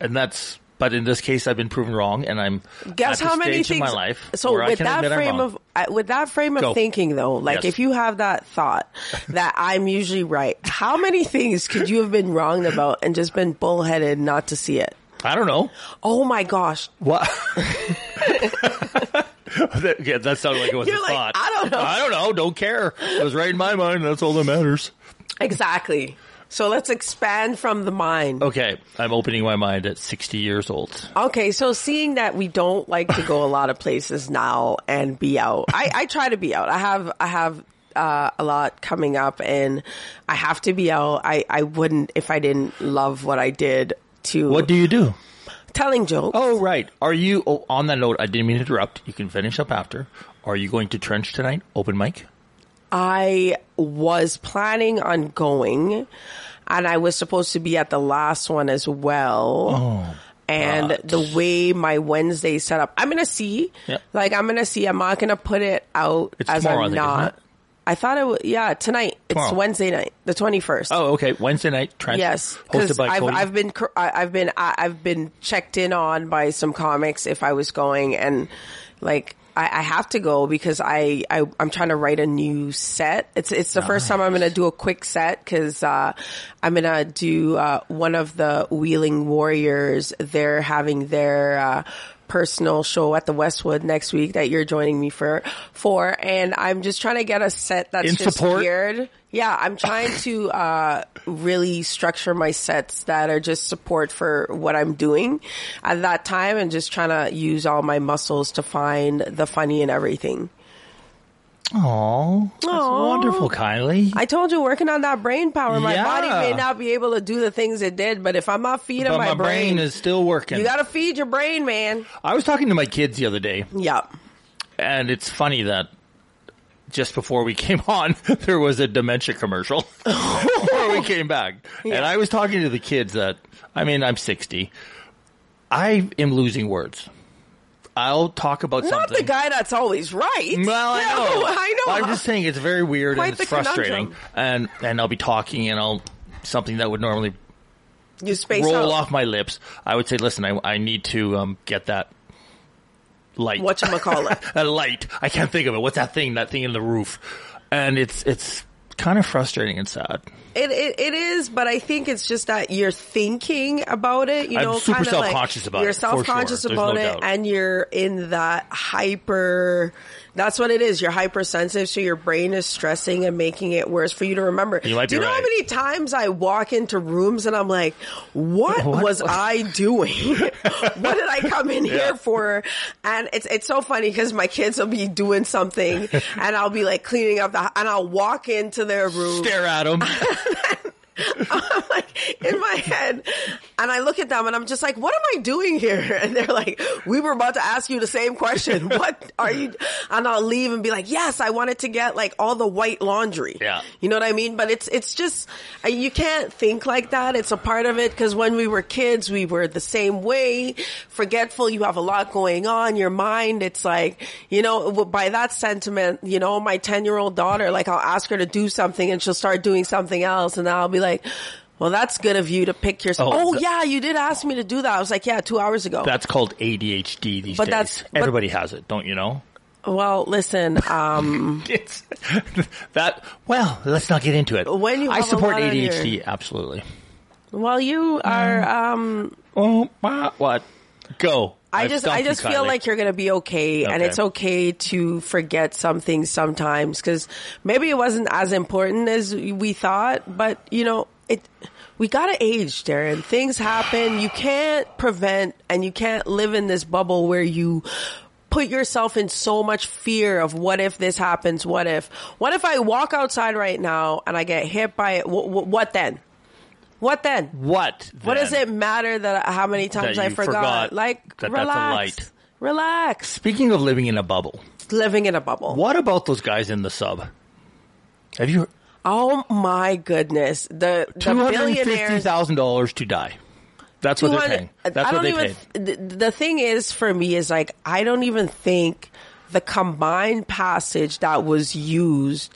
[SPEAKER 3] and that's. But in this case, I've been proven wrong, and I'm
[SPEAKER 2] Guess
[SPEAKER 3] at the
[SPEAKER 2] how many
[SPEAKER 3] stage in
[SPEAKER 2] things.
[SPEAKER 3] my life.
[SPEAKER 2] so
[SPEAKER 3] where I
[SPEAKER 2] with
[SPEAKER 3] can
[SPEAKER 2] that
[SPEAKER 3] admit I'm
[SPEAKER 2] frame
[SPEAKER 3] wrong.
[SPEAKER 2] of uh, with that frame of
[SPEAKER 3] Go.
[SPEAKER 2] thinking though, like
[SPEAKER 3] Yes.
[SPEAKER 2] if you have that thought that I'm usually right, how many things could you have been wrong about and just been bullheaded not to see it?
[SPEAKER 3] I don't know.
[SPEAKER 2] Oh my gosh!
[SPEAKER 3] What? That, yeah, that sounded like it was
[SPEAKER 2] You're
[SPEAKER 3] a
[SPEAKER 2] like,
[SPEAKER 3] thought.
[SPEAKER 2] "I don't know."
[SPEAKER 3] I don't know. Don't care. It was right in my mind. That's all that matters.
[SPEAKER 2] Exactly. So let's expand from the mind.
[SPEAKER 3] Okay, I'm opening my mind at 60 years old.
[SPEAKER 2] Okay, so seeing that we don't like to go a lot of places now and be out, I, I try to be out. I have I have uh, a lot coming up, and I have to be out. I, I wouldn't if I didn't love what I did. To
[SPEAKER 3] What do you do?
[SPEAKER 2] telling jokes.
[SPEAKER 3] Oh, right. Are you oh, on that note? I didn't mean to interrupt. You can finish up after. Are you going to trench tonight? Open mic.
[SPEAKER 2] I was planning on going, and I was supposed to be at the last one as well.
[SPEAKER 3] Oh,
[SPEAKER 2] and
[SPEAKER 3] God.
[SPEAKER 2] the way my Wednesday set up, I'm gonna see.
[SPEAKER 3] Yep.
[SPEAKER 2] Like I'm gonna see. I'm not gonna put it out
[SPEAKER 3] It's
[SPEAKER 2] as
[SPEAKER 3] tomorrow, I
[SPEAKER 2] I'm
[SPEAKER 3] think, isn't
[SPEAKER 2] not.
[SPEAKER 3] it?
[SPEAKER 2] I thought it was yeah tonight. It's
[SPEAKER 3] Tomorrow.
[SPEAKER 2] Wednesday night, the 21st.
[SPEAKER 3] Oh, okay. Wednesday night trench.
[SPEAKER 2] Yes,
[SPEAKER 3] hosted
[SPEAKER 2] because
[SPEAKER 3] by
[SPEAKER 2] I've,
[SPEAKER 3] Cody.
[SPEAKER 2] I've been cr- I- I've been I- I've been checked in on by some comics if I was going and like I, I have to go because I, I I'm trying to write a new set. It's it's the first time I'm going to do a quick set because uh, I'm going to do uh, one of the Wheeling Warriors. They're having their. Uh, personal show at the Westwood next week that you're joining me for for and I'm just trying to get a set that's
[SPEAKER 3] In
[SPEAKER 2] just
[SPEAKER 3] support?
[SPEAKER 2] geared. Yeah, I'm trying to uh, really structure my sets that are just support for what I'm doing at that time and just trying to use all my muscles to find the funny in everything.
[SPEAKER 3] Aw, that's
[SPEAKER 2] Aw.
[SPEAKER 3] wonderful, Kylie.
[SPEAKER 2] I told you working on that brain power, my
[SPEAKER 3] Yeah.
[SPEAKER 2] body may not be able to do the things it did, but if I'm not feeding
[SPEAKER 3] but
[SPEAKER 2] my,
[SPEAKER 3] my brain, is still working.
[SPEAKER 2] you gotta feed your brain, man.
[SPEAKER 3] I was talking to my kids the other day.
[SPEAKER 2] Yeah.
[SPEAKER 3] And it's funny that just before we came on, there was a dementia commercial before we came back. And I was talking to the kids that, I mean, I'm 60. I am losing words. I'll talk about
[SPEAKER 2] Not
[SPEAKER 3] something.
[SPEAKER 2] the guy that's always right.
[SPEAKER 3] Well, I know.
[SPEAKER 2] No, I know.
[SPEAKER 3] I'm just saying it's very weird
[SPEAKER 2] Quite
[SPEAKER 3] and it's
[SPEAKER 2] the conundrum.
[SPEAKER 3] frustrating. And and I'll be talking and I'll something that would normally
[SPEAKER 2] you space
[SPEAKER 3] roll
[SPEAKER 2] out.
[SPEAKER 3] off my lips. I would say, listen, I, I need to um, get that light.
[SPEAKER 2] Whatchamacallit.
[SPEAKER 3] a light. I can't think of it. What's that thing? That thing in the roof. And it's it's kind of frustrating and sad.
[SPEAKER 2] It, it it is, but I think it's just that you're thinking about it. You
[SPEAKER 3] I'm
[SPEAKER 2] know,
[SPEAKER 3] super
[SPEAKER 2] kinda like
[SPEAKER 3] self-conscious about
[SPEAKER 2] you're
[SPEAKER 3] it, for sure.
[SPEAKER 2] self-conscious
[SPEAKER 3] There's no
[SPEAKER 2] about it,
[SPEAKER 3] doubt.
[SPEAKER 2] and you're in that hyper. That's what it is. You're hypersensitive, so your brain is stressing and making it worse for you to remember.
[SPEAKER 3] You might
[SPEAKER 2] Do
[SPEAKER 3] be
[SPEAKER 2] you know how
[SPEAKER 3] right.
[SPEAKER 2] many times I walk into rooms and I'm like, "What, was I doing? what did I come in
[SPEAKER 6] Yeah.
[SPEAKER 2] here for?" And it's it's so funny because my kids will be doing something, and I'll be like cleaning up the, and I'll walk into their room,
[SPEAKER 3] Stare at them.
[SPEAKER 2] in my head. And I look at them and I'm just like, what am I doing here? And they're like, we were about to ask you the same question. What are you? And I'll leave and be like, yes, I wanted to get like all the white laundry.
[SPEAKER 3] Yeah.
[SPEAKER 2] You know what I mean? But it's, it's just, uh, you can't think like that. It's a part of it. Cause when we were kids, we were the same way, forgetful. You have a lot going on. Your mind, it's like, you know, w- by that sentiment, you know, my 10 year old daughter, like I'll ask her to do something and she'll start doing something else. And I'll be like, well, that's good of you to pick yourself.
[SPEAKER 3] Oh,
[SPEAKER 2] Oh,
[SPEAKER 3] th-
[SPEAKER 2] yeah, you did ask me to do that. I was like, yeah, two hours ago.
[SPEAKER 3] That's called ADHD these
[SPEAKER 2] But
[SPEAKER 3] days.
[SPEAKER 2] that's- but-
[SPEAKER 3] Everybody has it, don't you know?
[SPEAKER 2] well, listen, um,
[SPEAKER 3] It's that. Well, let's not get into it.
[SPEAKER 2] When you
[SPEAKER 3] I
[SPEAKER 2] have a
[SPEAKER 3] support
[SPEAKER 2] lot on your-
[SPEAKER 3] ADHD absolutely.
[SPEAKER 2] well, you are, um,
[SPEAKER 3] Oh, my, what? Go.
[SPEAKER 2] I
[SPEAKER 3] I've
[SPEAKER 2] just,
[SPEAKER 3] stumped
[SPEAKER 2] I
[SPEAKER 3] you,
[SPEAKER 2] just feel
[SPEAKER 3] Kylie.
[SPEAKER 2] like you're going to be okay, and
[SPEAKER 3] Okay.
[SPEAKER 2] it's okay to forget some things sometimes because maybe it wasn't as important as we thought, but you know, it, we gotta age, Darren. Things happen. You can't prevent and you can't live in this bubble where you put yourself in so much fear of what if this happens? What if, what if I walk outside right now and I get hit by it? Wh- wh- what then? What then?
[SPEAKER 3] What?
[SPEAKER 2] What does
[SPEAKER 3] then?
[SPEAKER 2] it matter that how many times
[SPEAKER 3] That
[SPEAKER 2] I
[SPEAKER 3] you
[SPEAKER 2] forgot?
[SPEAKER 3] forgot
[SPEAKER 2] Like
[SPEAKER 3] that that's a
[SPEAKER 2] relax,
[SPEAKER 3] light.
[SPEAKER 2] relax.
[SPEAKER 3] Speaking of living in a bubble,
[SPEAKER 2] Living in a bubble.
[SPEAKER 3] what about those guys in the sub? Have you
[SPEAKER 2] Oh my goodness! The the
[SPEAKER 3] two hundred fifty
[SPEAKER 2] billionaires.
[SPEAKER 3] thousand dollars to die? That's what they're
[SPEAKER 2] 200
[SPEAKER 3] paying. That's
[SPEAKER 2] I
[SPEAKER 3] what
[SPEAKER 2] don't
[SPEAKER 3] they
[SPEAKER 2] even.
[SPEAKER 3] paid.
[SPEAKER 2] th- the thing is, for me, is like I don't even think the combined passage that was used.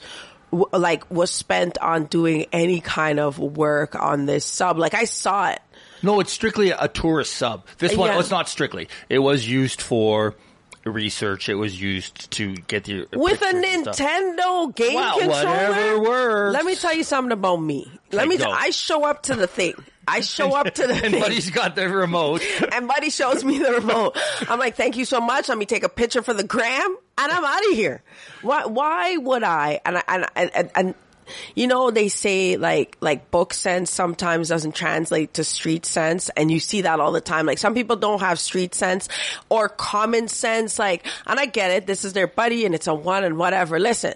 [SPEAKER 2] w- Like was spent on doing any kind of work on this sub. Like I saw it.
[SPEAKER 3] No, it's strictly a tourist sub. This one,
[SPEAKER 2] Yeah.
[SPEAKER 3] well, it's not strictly. It was used for research. It was used to get the
[SPEAKER 2] with a
[SPEAKER 3] pictures and stuff.
[SPEAKER 2] Nintendo game
[SPEAKER 3] Wow,
[SPEAKER 2] controller.
[SPEAKER 3] whatever works.
[SPEAKER 2] Let me tell you something about me. Let
[SPEAKER 3] Okay,
[SPEAKER 2] me.
[SPEAKER 3] go.
[SPEAKER 2] T- I show up to the thing. I show up to the
[SPEAKER 3] and
[SPEAKER 2] thing.
[SPEAKER 3] Buddy's got the remote.
[SPEAKER 2] and Buddy shows me the remote. I'm like, thank you so much. Let me take a picture for the gram, and I'm out of here. Why? Why would I? And I, and and. and, and you know they say like like book sense sometimes doesn't translate to street sense and you see that all the time like some people don't have street sense or common sense like and I get it this is their buddy and it's a one and whatever listen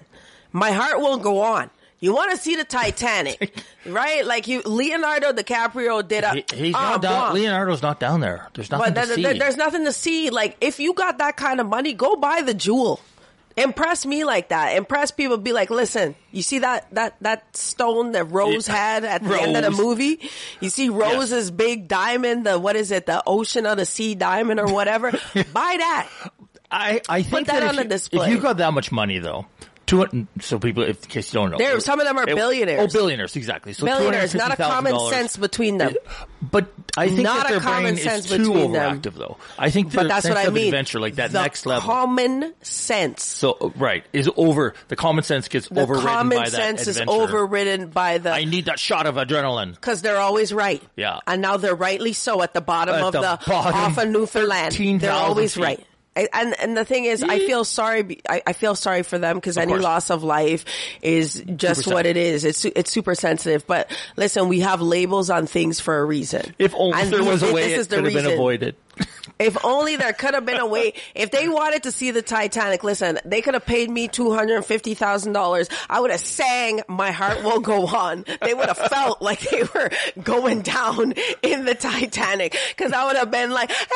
[SPEAKER 2] my heart will go on. You want to see the Titanic, right? Like you, Leonardo DiCaprio did a.
[SPEAKER 3] He, he's not
[SPEAKER 2] a
[SPEAKER 3] down,
[SPEAKER 2] bomb.
[SPEAKER 3] Leonardo's not down there. There's nothing
[SPEAKER 2] Ah, but there-
[SPEAKER 3] to see.
[SPEAKER 2] there- there's nothing to see. Like if you got that kind of money, go buy the jewel. Impress me like that. Impress people. Be like, listen, you see that that that stone that Rose
[SPEAKER 6] Yeah.
[SPEAKER 2] had at the end of the
[SPEAKER 6] Rose.
[SPEAKER 2] movie. You see Rose's big diamond. The what is it? The ocean of the sea diamond or whatever. buy that.
[SPEAKER 3] I I
[SPEAKER 2] put
[SPEAKER 3] think
[SPEAKER 2] that,
[SPEAKER 3] if
[SPEAKER 2] on
[SPEAKER 3] you-
[SPEAKER 2] a display.
[SPEAKER 3] If you got that much money, though, two hun- so people, if, in case you don't know,
[SPEAKER 2] There- some of them are billionaires.
[SPEAKER 3] Oh, billionaires, exactly. So
[SPEAKER 2] Millionaires, not a common
[SPEAKER 3] $250,000.
[SPEAKER 2] sense between them.
[SPEAKER 3] But I think
[SPEAKER 2] not
[SPEAKER 3] that their
[SPEAKER 2] a common
[SPEAKER 3] brain
[SPEAKER 2] sense
[SPEAKER 3] is too
[SPEAKER 2] between them.
[SPEAKER 3] overactive, though. I think their
[SPEAKER 2] But that's
[SPEAKER 3] sense
[SPEAKER 2] what I
[SPEAKER 3] of
[SPEAKER 2] mean.
[SPEAKER 3] adventure, like that
[SPEAKER 2] The
[SPEAKER 3] next level.
[SPEAKER 2] Common sense.
[SPEAKER 3] so uh, right is over. The common sense gets
[SPEAKER 2] The
[SPEAKER 3] overridden
[SPEAKER 2] common
[SPEAKER 3] by
[SPEAKER 2] sense
[SPEAKER 3] that
[SPEAKER 2] is
[SPEAKER 3] adventure.
[SPEAKER 2] overridden by the
[SPEAKER 3] I need that shot of adrenaline.
[SPEAKER 2] because they're always right.
[SPEAKER 3] Yeah.
[SPEAKER 2] and now they're rightly so at the bottom
[SPEAKER 3] At
[SPEAKER 2] of
[SPEAKER 3] the
[SPEAKER 2] the,
[SPEAKER 3] bottom.
[SPEAKER 2] off of Newfoundland. They're
[SPEAKER 3] 13,000
[SPEAKER 2] always
[SPEAKER 3] feet. Eh.
[SPEAKER 2] right. I- And and the thing is, I feel sorry. be- I, I feel sorry for them because any
[SPEAKER 6] course.
[SPEAKER 2] loss of life is just
[SPEAKER 6] Super
[SPEAKER 2] what it is. It's su- it's super sensitive. But listen, we have labels on things for a reason.
[SPEAKER 3] If only
[SPEAKER 2] And
[SPEAKER 3] there
[SPEAKER 2] these-
[SPEAKER 3] was a
[SPEAKER 2] this
[SPEAKER 3] way
[SPEAKER 2] is
[SPEAKER 3] it
[SPEAKER 2] the
[SPEAKER 3] could have been
[SPEAKER 2] reason.
[SPEAKER 3] avoided.
[SPEAKER 2] If only there could have been a way. If they wanted to see the Titanic, listen, they could have paid me two hundred and fifty thousand dollars. I would have sang "My Heart Will Go On." They would have felt like they were going down in the Titanic because I would have been like, "And my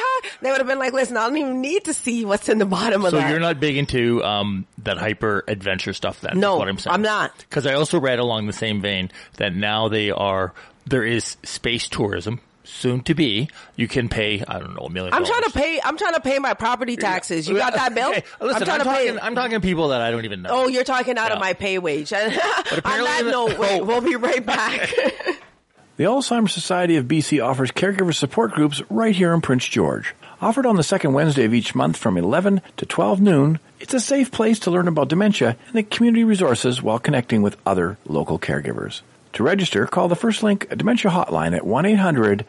[SPEAKER 2] heart." They would have been like, "Listen, I don't even need to see what's in the bottom of
[SPEAKER 3] So
[SPEAKER 2] that."
[SPEAKER 3] you're not big into um, that hyper adventure stuff. Then
[SPEAKER 2] No,
[SPEAKER 3] is what I'm saying.
[SPEAKER 2] I'm not.
[SPEAKER 3] Because I also read along the same vein that now they are there is space tourism soon to be. You can pay I don't know a million.
[SPEAKER 2] I'm
[SPEAKER 3] dollars.
[SPEAKER 2] trying to pay. I'm trying to pay my property taxes. You got that bill?
[SPEAKER 3] Okay, Listen, I'm,
[SPEAKER 2] trying to
[SPEAKER 3] talking.
[SPEAKER 2] pay.
[SPEAKER 3] I'm talking to people that I don't even know.
[SPEAKER 2] Oh, you're talking out of
[SPEAKER 3] Yeah.
[SPEAKER 2] my pay wage. On that
[SPEAKER 3] the- Oh.
[SPEAKER 2] note, wait, we'll be right back.
[SPEAKER 15] The Alzheimer's Society of BC offers caregiver support groups right here in Prince George. Offered on the second Wednesday of each month from 11 to 12 noon, it's a safe place to learn about dementia and the community resources while connecting with other local caregivers. To register, call the First Link Dementia Hotline at 1 800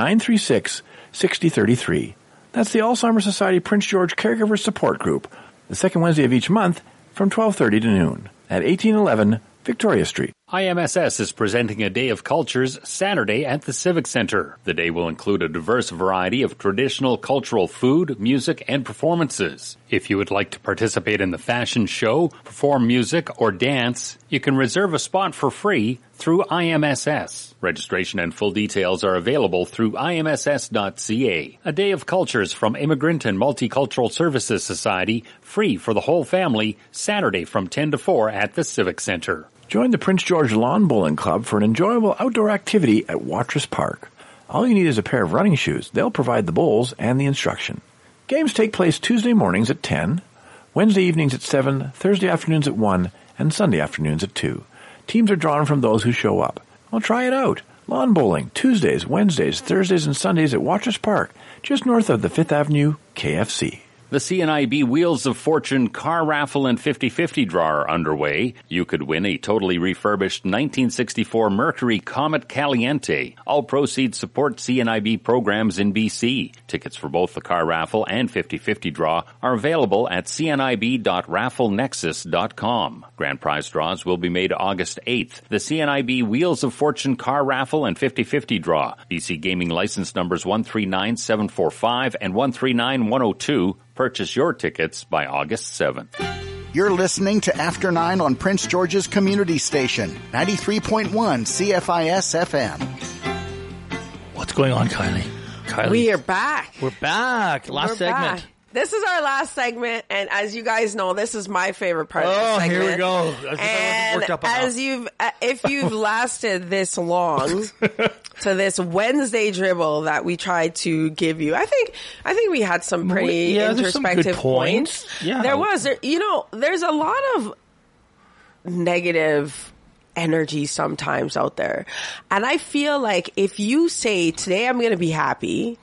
[SPEAKER 15] 936 6033. That's the Alzheimer's Society Prince George Caregiver Support Group, the second Wednesday of each month from 12:30 to noon at 1811 Victoria Street.
[SPEAKER 7] IMSS is presenting a Day of Cultures Saturday at the Civic Center. The day will include a diverse variety of traditional cultural food, music, and performances. If you would like to participate in the fashion show, perform music, or dance, you can reserve a spot for free through IMSS. Registration and full details are available through imss.ca. A Day of Cultures from Immigrant and Multicultural Services Society, free for the whole family, Saturday from 10 to 4 at the Civic Center.
[SPEAKER 15] Join the Prince George Lawn Bowling Club for an enjoyable outdoor activity at Watrous Park. All you need is a pair of running shoes. They'll provide the bowls and the instruction. Games take place Tuesday mornings at 10, Wednesday evenings at 7, Thursday afternoons at 1, and Sunday afternoons at 2. Teams are drawn from those who show up. Well, try it out. Lawn bowling, Tuesdays, Wednesdays, Thursdays, and Sundays at Watrous Park, just north of the 5th Avenue KFC.
[SPEAKER 7] The CNIB Wheels of Fortune car raffle and 50-50 draw are underway. You could win a totally refurbished 1964 Mercury Comet Caliente. All proceeds support CNIB programs in BC. Tickets for both the car raffle and 50-50 draw are available at cnib.rafflenexus.com. Grand prize draws will be made August 8th. The CNIB Wheels of Fortune car raffle and 50-50 draw. BC gaming license numbers 139745 and 139102. Purchase your tickets by August 7th.
[SPEAKER 1] You're listening to After 9 on Prince George's Community Station, 93.1 CFIS FM.
[SPEAKER 3] What's going on, Kylie? Kylie,
[SPEAKER 2] We are back.
[SPEAKER 3] We're back. Last
[SPEAKER 2] We're
[SPEAKER 3] segment.
[SPEAKER 2] back. This is our last segment, and as you guys know, this is my favorite part.
[SPEAKER 3] Oh,
[SPEAKER 2] of the
[SPEAKER 3] here we
[SPEAKER 2] segment.
[SPEAKER 3] go. As if I wasn't
[SPEAKER 2] And
[SPEAKER 3] worked up
[SPEAKER 2] as you've, uh, if you've lasted this long to this Wednesday dribble that we tried to give you, I think, I think we had some pretty
[SPEAKER 3] yeah, there's some good
[SPEAKER 2] introspective
[SPEAKER 3] points. Yeah.
[SPEAKER 2] there was. There, you know, there's a lot of negative energy sometimes out there. And I feel like if you say, today I'm going to be happy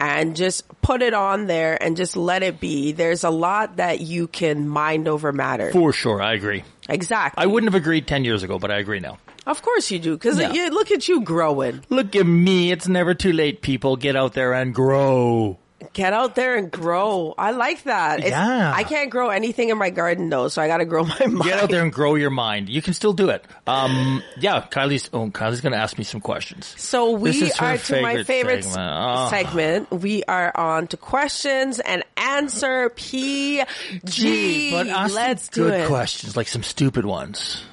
[SPEAKER 2] and just put it on there and just let it be, there's a lot that you can mind over matter.
[SPEAKER 3] For sure, I agree.
[SPEAKER 2] Exactly.
[SPEAKER 3] I wouldn't have agreed ten years ago, but I agree now.
[SPEAKER 2] Of course you do. Cause
[SPEAKER 3] Yeah.
[SPEAKER 2] you, look at you growing.
[SPEAKER 3] Look at me. It's never too late, people. Get out there and grow.
[SPEAKER 2] Get out there and grow. I like that. It's,
[SPEAKER 3] Yeah.
[SPEAKER 2] I can't grow anything in my garden though, so I got to grow my mind.
[SPEAKER 3] Get out there and grow your mind. You can still do it. Um, yeah, Kylie's. Oh, Kylie's going to ask me some questions.
[SPEAKER 2] So
[SPEAKER 3] This
[SPEAKER 2] we
[SPEAKER 3] is her
[SPEAKER 2] are to my favorite s-
[SPEAKER 3] segment.
[SPEAKER 2] segment.
[SPEAKER 3] Ah.
[SPEAKER 2] We are on to questions and answer PG.
[SPEAKER 3] But ask
[SPEAKER 2] Let's
[SPEAKER 3] some
[SPEAKER 2] do
[SPEAKER 3] good
[SPEAKER 2] it.
[SPEAKER 3] questions, like some stupid ones.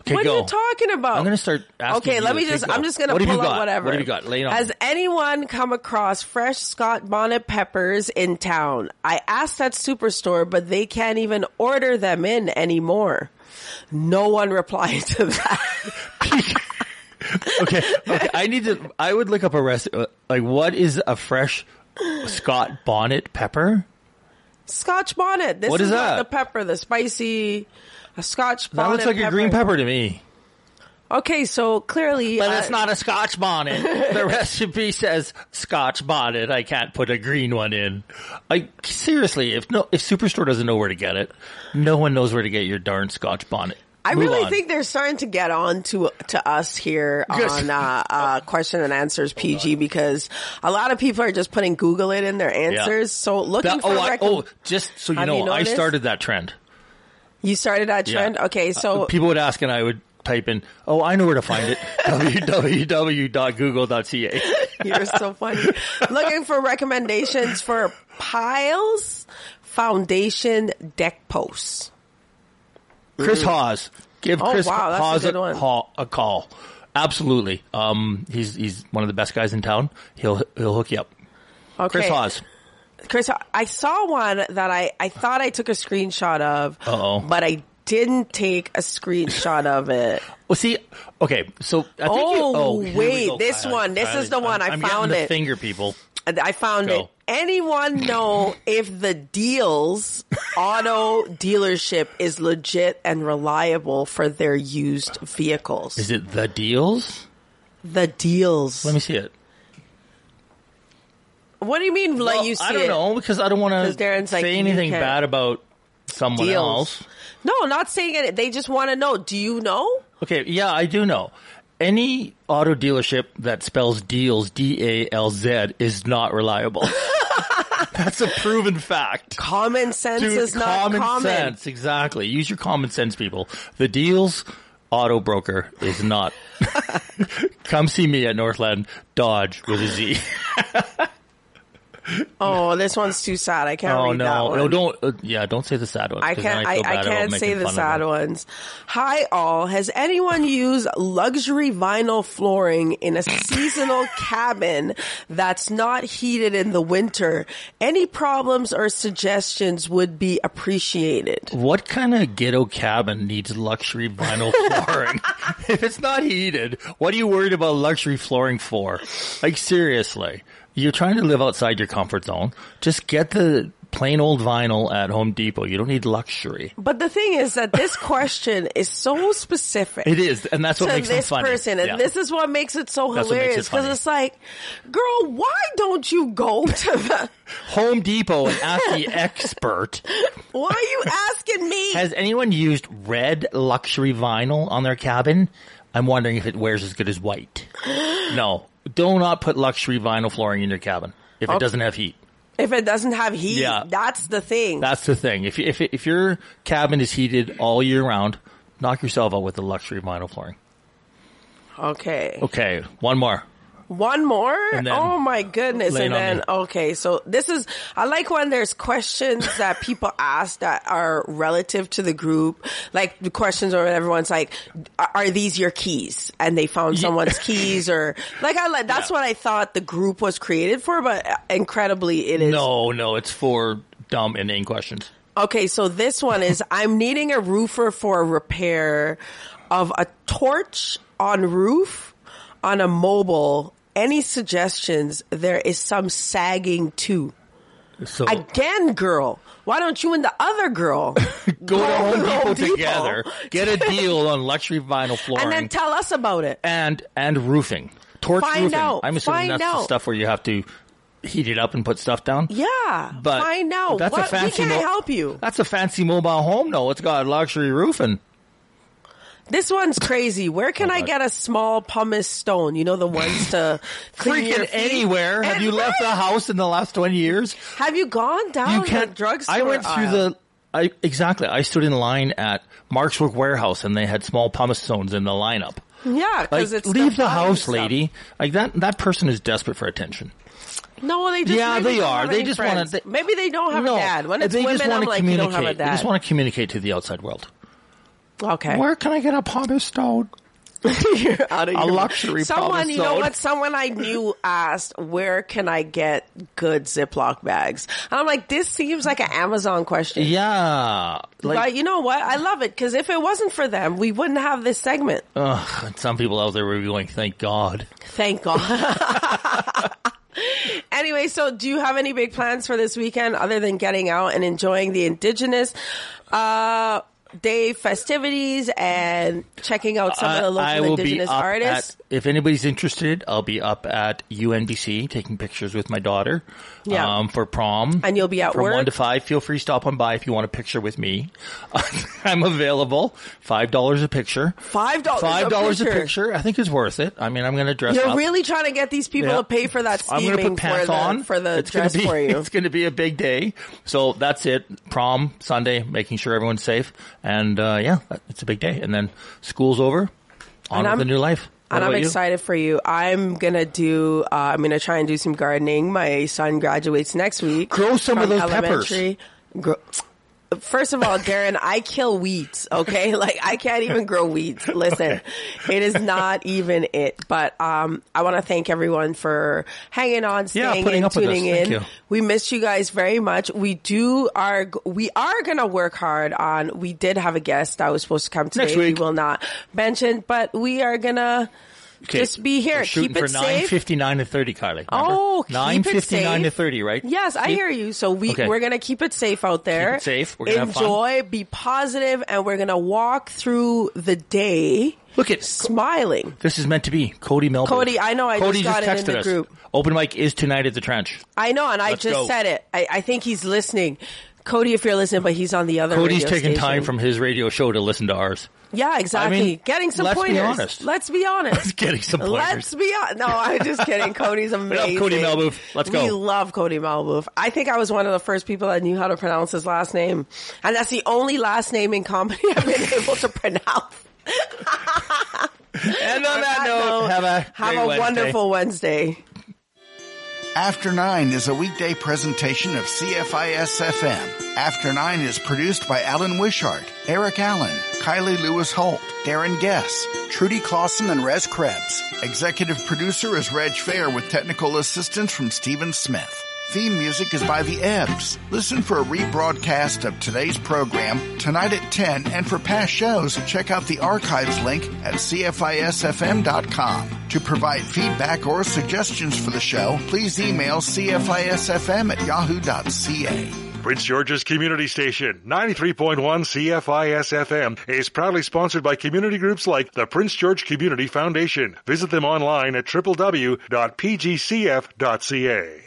[SPEAKER 3] Okay,
[SPEAKER 2] what
[SPEAKER 3] go.
[SPEAKER 2] are you talking about?
[SPEAKER 3] I'm going to start asking.
[SPEAKER 2] Okay,
[SPEAKER 3] you.
[SPEAKER 2] let me just.
[SPEAKER 3] go.
[SPEAKER 2] I'm just gonna
[SPEAKER 3] What have
[SPEAKER 2] pull
[SPEAKER 3] you
[SPEAKER 2] up
[SPEAKER 3] got?
[SPEAKER 2] whatever.
[SPEAKER 3] What have you got? Lay it on.
[SPEAKER 2] Has anyone come across fresh Scott bonnet peppers in town? I asked at Superstore, but they can't even order them in anymore. No one replied to that.
[SPEAKER 3] okay, okay. I need to. I would look up a recipe. Like, what is a fresh Scott bonnet pepper?
[SPEAKER 2] Scotch bonnet. This
[SPEAKER 3] What is
[SPEAKER 2] is
[SPEAKER 3] that?
[SPEAKER 2] the pepper, the spicy a Scotch bonnet.
[SPEAKER 3] That looks like a green
[SPEAKER 2] pepper.
[SPEAKER 3] pepper to me.
[SPEAKER 2] Okay, so clearly,
[SPEAKER 3] But
[SPEAKER 2] uh,
[SPEAKER 3] it's not a Scotch bonnet. the recipe says Scotch bonnet. I can't put a green one in. Like seriously, if no, if Superstore doesn't know where to get it, no one knows where to get your darn Scotch bonnet.
[SPEAKER 2] I
[SPEAKER 3] Move
[SPEAKER 2] really
[SPEAKER 3] on.
[SPEAKER 2] think they're starting to get on to to us here
[SPEAKER 3] Yes.
[SPEAKER 2] on uh, uh, question and answers PG because a lot of people are just putting Google it in their answers. So looking
[SPEAKER 3] That-
[SPEAKER 2] for
[SPEAKER 3] oh, I- oh,
[SPEAKER 2] recom-
[SPEAKER 3] just so you
[SPEAKER 2] Have
[SPEAKER 3] know,
[SPEAKER 2] you
[SPEAKER 3] I
[SPEAKER 2] noticed?
[SPEAKER 3] started that trend.
[SPEAKER 2] you started that trend.
[SPEAKER 3] Yeah.
[SPEAKER 2] Okay,
[SPEAKER 3] Uh,
[SPEAKER 2] so
[SPEAKER 3] people would ask, and I would type in, "Oh, I know where to find it: www.google.ca."
[SPEAKER 2] You're so funny. Looking for recommendations for piles, foundation, deck posts.
[SPEAKER 3] Chris
[SPEAKER 2] Mm.
[SPEAKER 3] Hawes, give
[SPEAKER 2] Oh,
[SPEAKER 3] Chris
[SPEAKER 2] wow, that's a
[SPEAKER 3] Hawes
[SPEAKER 2] good
[SPEAKER 3] a,
[SPEAKER 2] one.
[SPEAKER 3] haw- a call. Absolutely, um, he's he's one of the best guys in town. He'll he'll hook you up.
[SPEAKER 2] Okay.
[SPEAKER 3] Chris Hawes.
[SPEAKER 2] Chris, I saw one that I, I thought I took a screenshot of,
[SPEAKER 3] Uh-oh.
[SPEAKER 2] but I didn't take a screenshot of it.
[SPEAKER 3] Well, see, okay, so I think you-
[SPEAKER 2] Oh,
[SPEAKER 3] oh here we
[SPEAKER 2] wait,
[SPEAKER 3] go,
[SPEAKER 2] this
[SPEAKER 3] Kylie,
[SPEAKER 2] one. This
[SPEAKER 3] Kylie.
[SPEAKER 2] is the one. I
[SPEAKER 3] I'm- I'm getting
[SPEAKER 2] found
[SPEAKER 3] the
[SPEAKER 2] it.
[SPEAKER 3] Finger people.
[SPEAKER 2] And I found
[SPEAKER 3] Go.
[SPEAKER 2] it. Anyone know if the deals auto dealership is legit and reliable for their used vehicles?
[SPEAKER 3] Is it the deals?
[SPEAKER 2] The deals. Let
[SPEAKER 3] me see it.
[SPEAKER 2] What do you mean? Like you see
[SPEAKER 3] I don't
[SPEAKER 2] it?
[SPEAKER 3] know because I don't want
[SPEAKER 2] 'Cause
[SPEAKER 3] to
[SPEAKER 2] Darren's like,
[SPEAKER 3] say
[SPEAKER 2] you
[SPEAKER 3] anything
[SPEAKER 2] can't.
[SPEAKER 3] bad about someone
[SPEAKER 2] Deals.
[SPEAKER 3] else.
[SPEAKER 2] No, not saying it. They just want to know. Do you know?
[SPEAKER 3] Okay, yeah, I do know. Any auto dealership that spells deals D A L Z is not reliable. That's a proven fact.
[SPEAKER 2] Common sense
[SPEAKER 3] Dude,
[SPEAKER 2] is not
[SPEAKER 3] common
[SPEAKER 2] common.
[SPEAKER 3] sense, exactly. Use your common sense, people. The deals auto broker is not. Come see me at Northland Dodge with a Z.
[SPEAKER 2] Oh, this one's too sad. I can't
[SPEAKER 3] oh
[SPEAKER 2] read
[SPEAKER 3] no,
[SPEAKER 2] that one.
[SPEAKER 3] no, don't. Uh, yeah, don't say the sad one.
[SPEAKER 2] I
[SPEAKER 3] 'cause then
[SPEAKER 2] can't.
[SPEAKER 3] I,
[SPEAKER 2] I,
[SPEAKER 3] feel
[SPEAKER 2] I
[SPEAKER 3] bad about
[SPEAKER 2] can't say
[SPEAKER 3] making
[SPEAKER 2] the
[SPEAKER 3] fun of
[SPEAKER 2] sad
[SPEAKER 3] them.
[SPEAKER 2] ones. Hi all. Has anyone used luxury vinyl flooring in a seasonal cabin that's not heated in the winter? Any problems or suggestions would be appreciated.
[SPEAKER 3] What kind of ghetto cabin needs luxury vinyl flooring? if it's not heated, what are you worried about luxury flooring for? Like seriously, you're trying to live outside your comfort zone. Just get the plain old vinyl at Home Depot. You don't need luxury.
[SPEAKER 2] But the thing is that this question is so specific.
[SPEAKER 3] It is, and that's what
[SPEAKER 2] to
[SPEAKER 3] makes them
[SPEAKER 2] this
[SPEAKER 3] funny.
[SPEAKER 2] person, and
[SPEAKER 3] Yeah.
[SPEAKER 2] this is what makes it so
[SPEAKER 3] That's what makes it
[SPEAKER 2] hilarious because
[SPEAKER 3] funny.
[SPEAKER 2] it's like, girl, why don't you go to the?
[SPEAKER 3] Home Depot and ask the expert.
[SPEAKER 2] Why are you asking me?
[SPEAKER 3] Has anyone used red luxury vinyl on their cabin? I'm wondering if it wears as good as white. No, do not put luxury vinyl flooring in your cabin if it
[SPEAKER 2] Okay.
[SPEAKER 3] doesn't have heat.
[SPEAKER 2] If it doesn't have heat,
[SPEAKER 3] Yeah.
[SPEAKER 2] that's the thing.
[SPEAKER 3] That's the thing. If if if your cabin is heated all year round, knock yourself out with the luxury vinyl flooring.
[SPEAKER 2] okay.
[SPEAKER 3] Okay, one more.
[SPEAKER 2] One more?
[SPEAKER 3] Oh. And then-
[SPEAKER 2] oh my goodness.
[SPEAKER 3] Lay it
[SPEAKER 2] And
[SPEAKER 3] on
[SPEAKER 2] then,
[SPEAKER 3] me.
[SPEAKER 2] okay, so this is, I like when there's questions that people ask that are relative to the group, like the questions where everyone's like, are are these your keys? And they found someone's keys or, like I like, that's what I thought the group was created for, but incredibly it is
[SPEAKER 3] No, no, it's for dumb and inane questions.
[SPEAKER 2] Okay, so this one is I'm needing a roofer for a repair of a torch on roof on a mobile. Any suggestions? There is some sagging too.
[SPEAKER 3] So
[SPEAKER 2] Again, girl, why don't you and the other girl
[SPEAKER 3] Oh. go to Home Depot
[SPEAKER 2] Home Depot.
[SPEAKER 3] together, get a deal on luxury vinyl flooring,
[SPEAKER 2] and then tell us about it?
[SPEAKER 3] and and roofing, torch
[SPEAKER 2] Find
[SPEAKER 3] roofing.
[SPEAKER 2] out.
[SPEAKER 3] I'm assuming that's
[SPEAKER 2] Find
[SPEAKER 3] the
[SPEAKER 2] out.
[SPEAKER 3] stuff where you have to heat it up and put stuff down.
[SPEAKER 2] Yeah,
[SPEAKER 3] But
[SPEAKER 2] find out.
[SPEAKER 3] That's
[SPEAKER 2] what,
[SPEAKER 3] a fancy.
[SPEAKER 2] we can't
[SPEAKER 3] mo-
[SPEAKER 2] help you.
[SPEAKER 3] That's a fancy mobile home, though. It's got luxury roofing.
[SPEAKER 2] This one's crazy. Where
[SPEAKER 3] Oh,
[SPEAKER 2] can I get a small pumice stone? You know, the ones to clean your
[SPEAKER 3] Freaking
[SPEAKER 2] feet?
[SPEAKER 3] anywhere. Have you left the house in the last 20 years?
[SPEAKER 2] Have you gone down Oh, the drugstore? Uh.
[SPEAKER 3] I went through
[SPEAKER 2] aisle?
[SPEAKER 3] the. I, exactly. I stood in line at Mark's Work Warehouse and they had small pumice stones in the lineup.
[SPEAKER 2] Yeah,
[SPEAKER 3] Like,
[SPEAKER 2] because it's
[SPEAKER 3] leave the
[SPEAKER 2] fun
[SPEAKER 3] house,
[SPEAKER 2] stuff.
[SPEAKER 3] lady. Like that. That person is desperate for attention.
[SPEAKER 2] No, they just
[SPEAKER 3] Yeah,
[SPEAKER 2] maybe
[SPEAKER 3] they
[SPEAKER 2] don't
[SPEAKER 3] are.
[SPEAKER 2] have
[SPEAKER 3] They
[SPEAKER 2] any
[SPEAKER 3] just wanna-
[SPEAKER 2] friends.
[SPEAKER 3] they-
[SPEAKER 2] maybe they don't have
[SPEAKER 3] No,
[SPEAKER 2] a dad. When it's
[SPEAKER 3] they
[SPEAKER 2] women,
[SPEAKER 3] just wanna
[SPEAKER 2] I'm like, you
[SPEAKER 3] communicate.
[SPEAKER 2] don't have a dad.
[SPEAKER 3] They just want to communicate to the outside world.
[SPEAKER 2] Okay.
[SPEAKER 3] Where can I get a pumice stone?
[SPEAKER 2] You're out of
[SPEAKER 3] A
[SPEAKER 2] your-
[SPEAKER 3] luxury
[SPEAKER 2] Someone,
[SPEAKER 3] pumice
[SPEAKER 2] you know
[SPEAKER 3] stone.
[SPEAKER 2] what? Someone I knew asked, "Where can I get good Ziploc bags?" And I'm like, this seems like an Amazon question.
[SPEAKER 3] Yeah.
[SPEAKER 2] but you know what? I love it because if it wasn't for them, we wouldn't have this segment.
[SPEAKER 3] Ugh, and some people out there were going, thank God.
[SPEAKER 2] Thank God. anyway, so do you have any big plans for this weekend other than getting out and enjoying the Indigenous uh, Day festivities and checking out some of the local Indigenous artists?
[SPEAKER 3] At, if anybody's interested, I'll be up at UNBC taking pictures with my daughter
[SPEAKER 2] Yeah.
[SPEAKER 3] um, for prom.
[SPEAKER 2] And you'll be at
[SPEAKER 3] From
[SPEAKER 2] work?
[SPEAKER 3] 1 to 5. Feel free to stop on by if you want a picture with me. I'm available. $5 a picture.
[SPEAKER 2] Five dollars.
[SPEAKER 3] Five dollars a picture. I think is worth it. I mean, I'm going to dress
[SPEAKER 2] You're
[SPEAKER 3] up.
[SPEAKER 2] really trying to get these people
[SPEAKER 3] Yeah.
[SPEAKER 2] to pay for that
[SPEAKER 3] I'm gonna
[SPEAKER 2] steaming
[SPEAKER 3] put pants
[SPEAKER 2] for the,
[SPEAKER 3] on
[SPEAKER 2] for the
[SPEAKER 3] It's gonna
[SPEAKER 2] dress
[SPEAKER 3] be-
[SPEAKER 2] for you.
[SPEAKER 3] It's going to be a big day. So that's it. Prom Sunday, making sure everyone's safe, and uh, yeah, it's a big day. And then school's over. On
[SPEAKER 2] And
[SPEAKER 3] with
[SPEAKER 2] I'm-
[SPEAKER 3] the new life. What
[SPEAKER 2] and I'm
[SPEAKER 3] about you?
[SPEAKER 2] excited for you. I'm gonna do. Uh, I'm gonna try and do some gardening. My son graduates next week.
[SPEAKER 3] Grow some of
[SPEAKER 2] from
[SPEAKER 3] those peppers.
[SPEAKER 2] elementary. Grow- First of all, Darren, I kill weeds. Okay, like I can't even grow weeds. Listen, it is not even it. But um, I want to thank everyone for hanging on,
[SPEAKER 3] Yeah,
[SPEAKER 2] staying
[SPEAKER 3] putting
[SPEAKER 2] in,
[SPEAKER 3] up with us.
[SPEAKER 2] tuning
[SPEAKER 3] Thank
[SPEAKER 2] in.
[SPEAKER 3] you.
[SPEAKER 2] We missed you guys very much. We do are we are gonna work hard on. We did have a guest that was supposed to come today.
[SPEAKER 3] Next week.
[SPEAKER 2] We will not mention, but we are gonna
[SPEAKER 3] Okay,
[SPEAKER 2] just be here.
[SPEAKER 3] we're shooting
[SPEAKER 2] Keep it
[SPEAKER 3] for nine
[SPEAKER 2] safe.
[SPEAKER 3] fifty nine to thirty, Carly.
[SPEAKER 2] Oh, keep it
[SPEAKER 3] nine fifty nine to
[SPEAKER 2] safe.
[SPEAKER 3] thirty, right?
[SPEAKER 2] Yes, I
[SPEAKER 3] Keep-
[SPEAKER 2] hear you. So we
[SPEAKER 3] Okay.
[SPEAKER 2] we're gonna keep it safe out there.
[SPEAKER 3] Keep it safe. We're gonna have fun.
[SPEAKER 2] enjoy, be positive, and we're gonna walk through the day.
[SPEAKER 3] Look at
[SPEAKER 2] smiling.
[SPEAKER 3] This is meant to be. Cody Melbourne.
[SPEAKER 2] Cody, I know, I
[SPEAKER 3] Cody
[SPEAKER 2] just got it in
[SPEAKER 3] texted
[SPEAKER 2] the
[SPEAKER 3] us.
[SPEAKER 2] group.
[SPEAKER 3] Open mic is tonight at the trench.
[SPEAKER 2] I know, and I
[SPEAKER 3] Let's
[SPEAKER 2] just
[SPEAKER 3] go.
[SPEAKER 2] said it. I, I think he's listening, Cody. If you're listening, but he's on the other.
[SPEAKER 3] Cody's
[SPEAKER 2] radio
[SPEAKER 3] taking
[SPEAKER 2] station.
[SPEAKER 3] time from his radio show to listen to ours.
[SPEAKER 2] Yeah, exactly.
[SPEAKER 3] mean,
[SPEAKER 2] Getting some
[SPEAKER 3] let's be
[SPEAKER 2] pointers.
[SPEAKER 3] honest.
[SPEAKER 2] Let's be honest. Let's
[SPEAKER 3] Getting some pointers.
[SPEAKER 2] Let's be honest. No, I'm just kidding. Cody's amazing.
[SPEAKER 3] Cody Malboof. Let's go.
[SPEAKER 2] We love Cody Malboof. I think I was one of the first people that knew how to pronounce his last name, and that's the only last name in comedy I've been able to pronounce.
[SPEAKER 3] and on that note,
[SPEAKER 1] have a
[SPEAKER 2] have
[SPEAKER 1] great
[SPEAKER 2] a
[SPEAKER 1] Wednesday.
[SPEAKER 2] wonderful Wednesday.
[SPEAKER 1] After Nine is a weekday presentation of CFIS FM. After Nine is produced by Alan Wishart, Eric Allen, Kylie Lewis Holt, Darren Guess, Trudy Clausen, and Rez Krebs. Executive producer is Reg Fair with technical assistance from Stephen Smith. Theme music is by The Ebbs. Listen for a rebroadcast of today's program tonight at 10 and for past shows, check out the archives link at cfisfm.com. To provide feedback or suggestions for the show, please email cfisfm at yahoo.ca.
[SPEAKER 16] Prince George's Community Station, 93.1 CFIS FM, is proudly sponsored by community groups like the Prince George Community Foundation. Visit them online at www.pgcf.ca.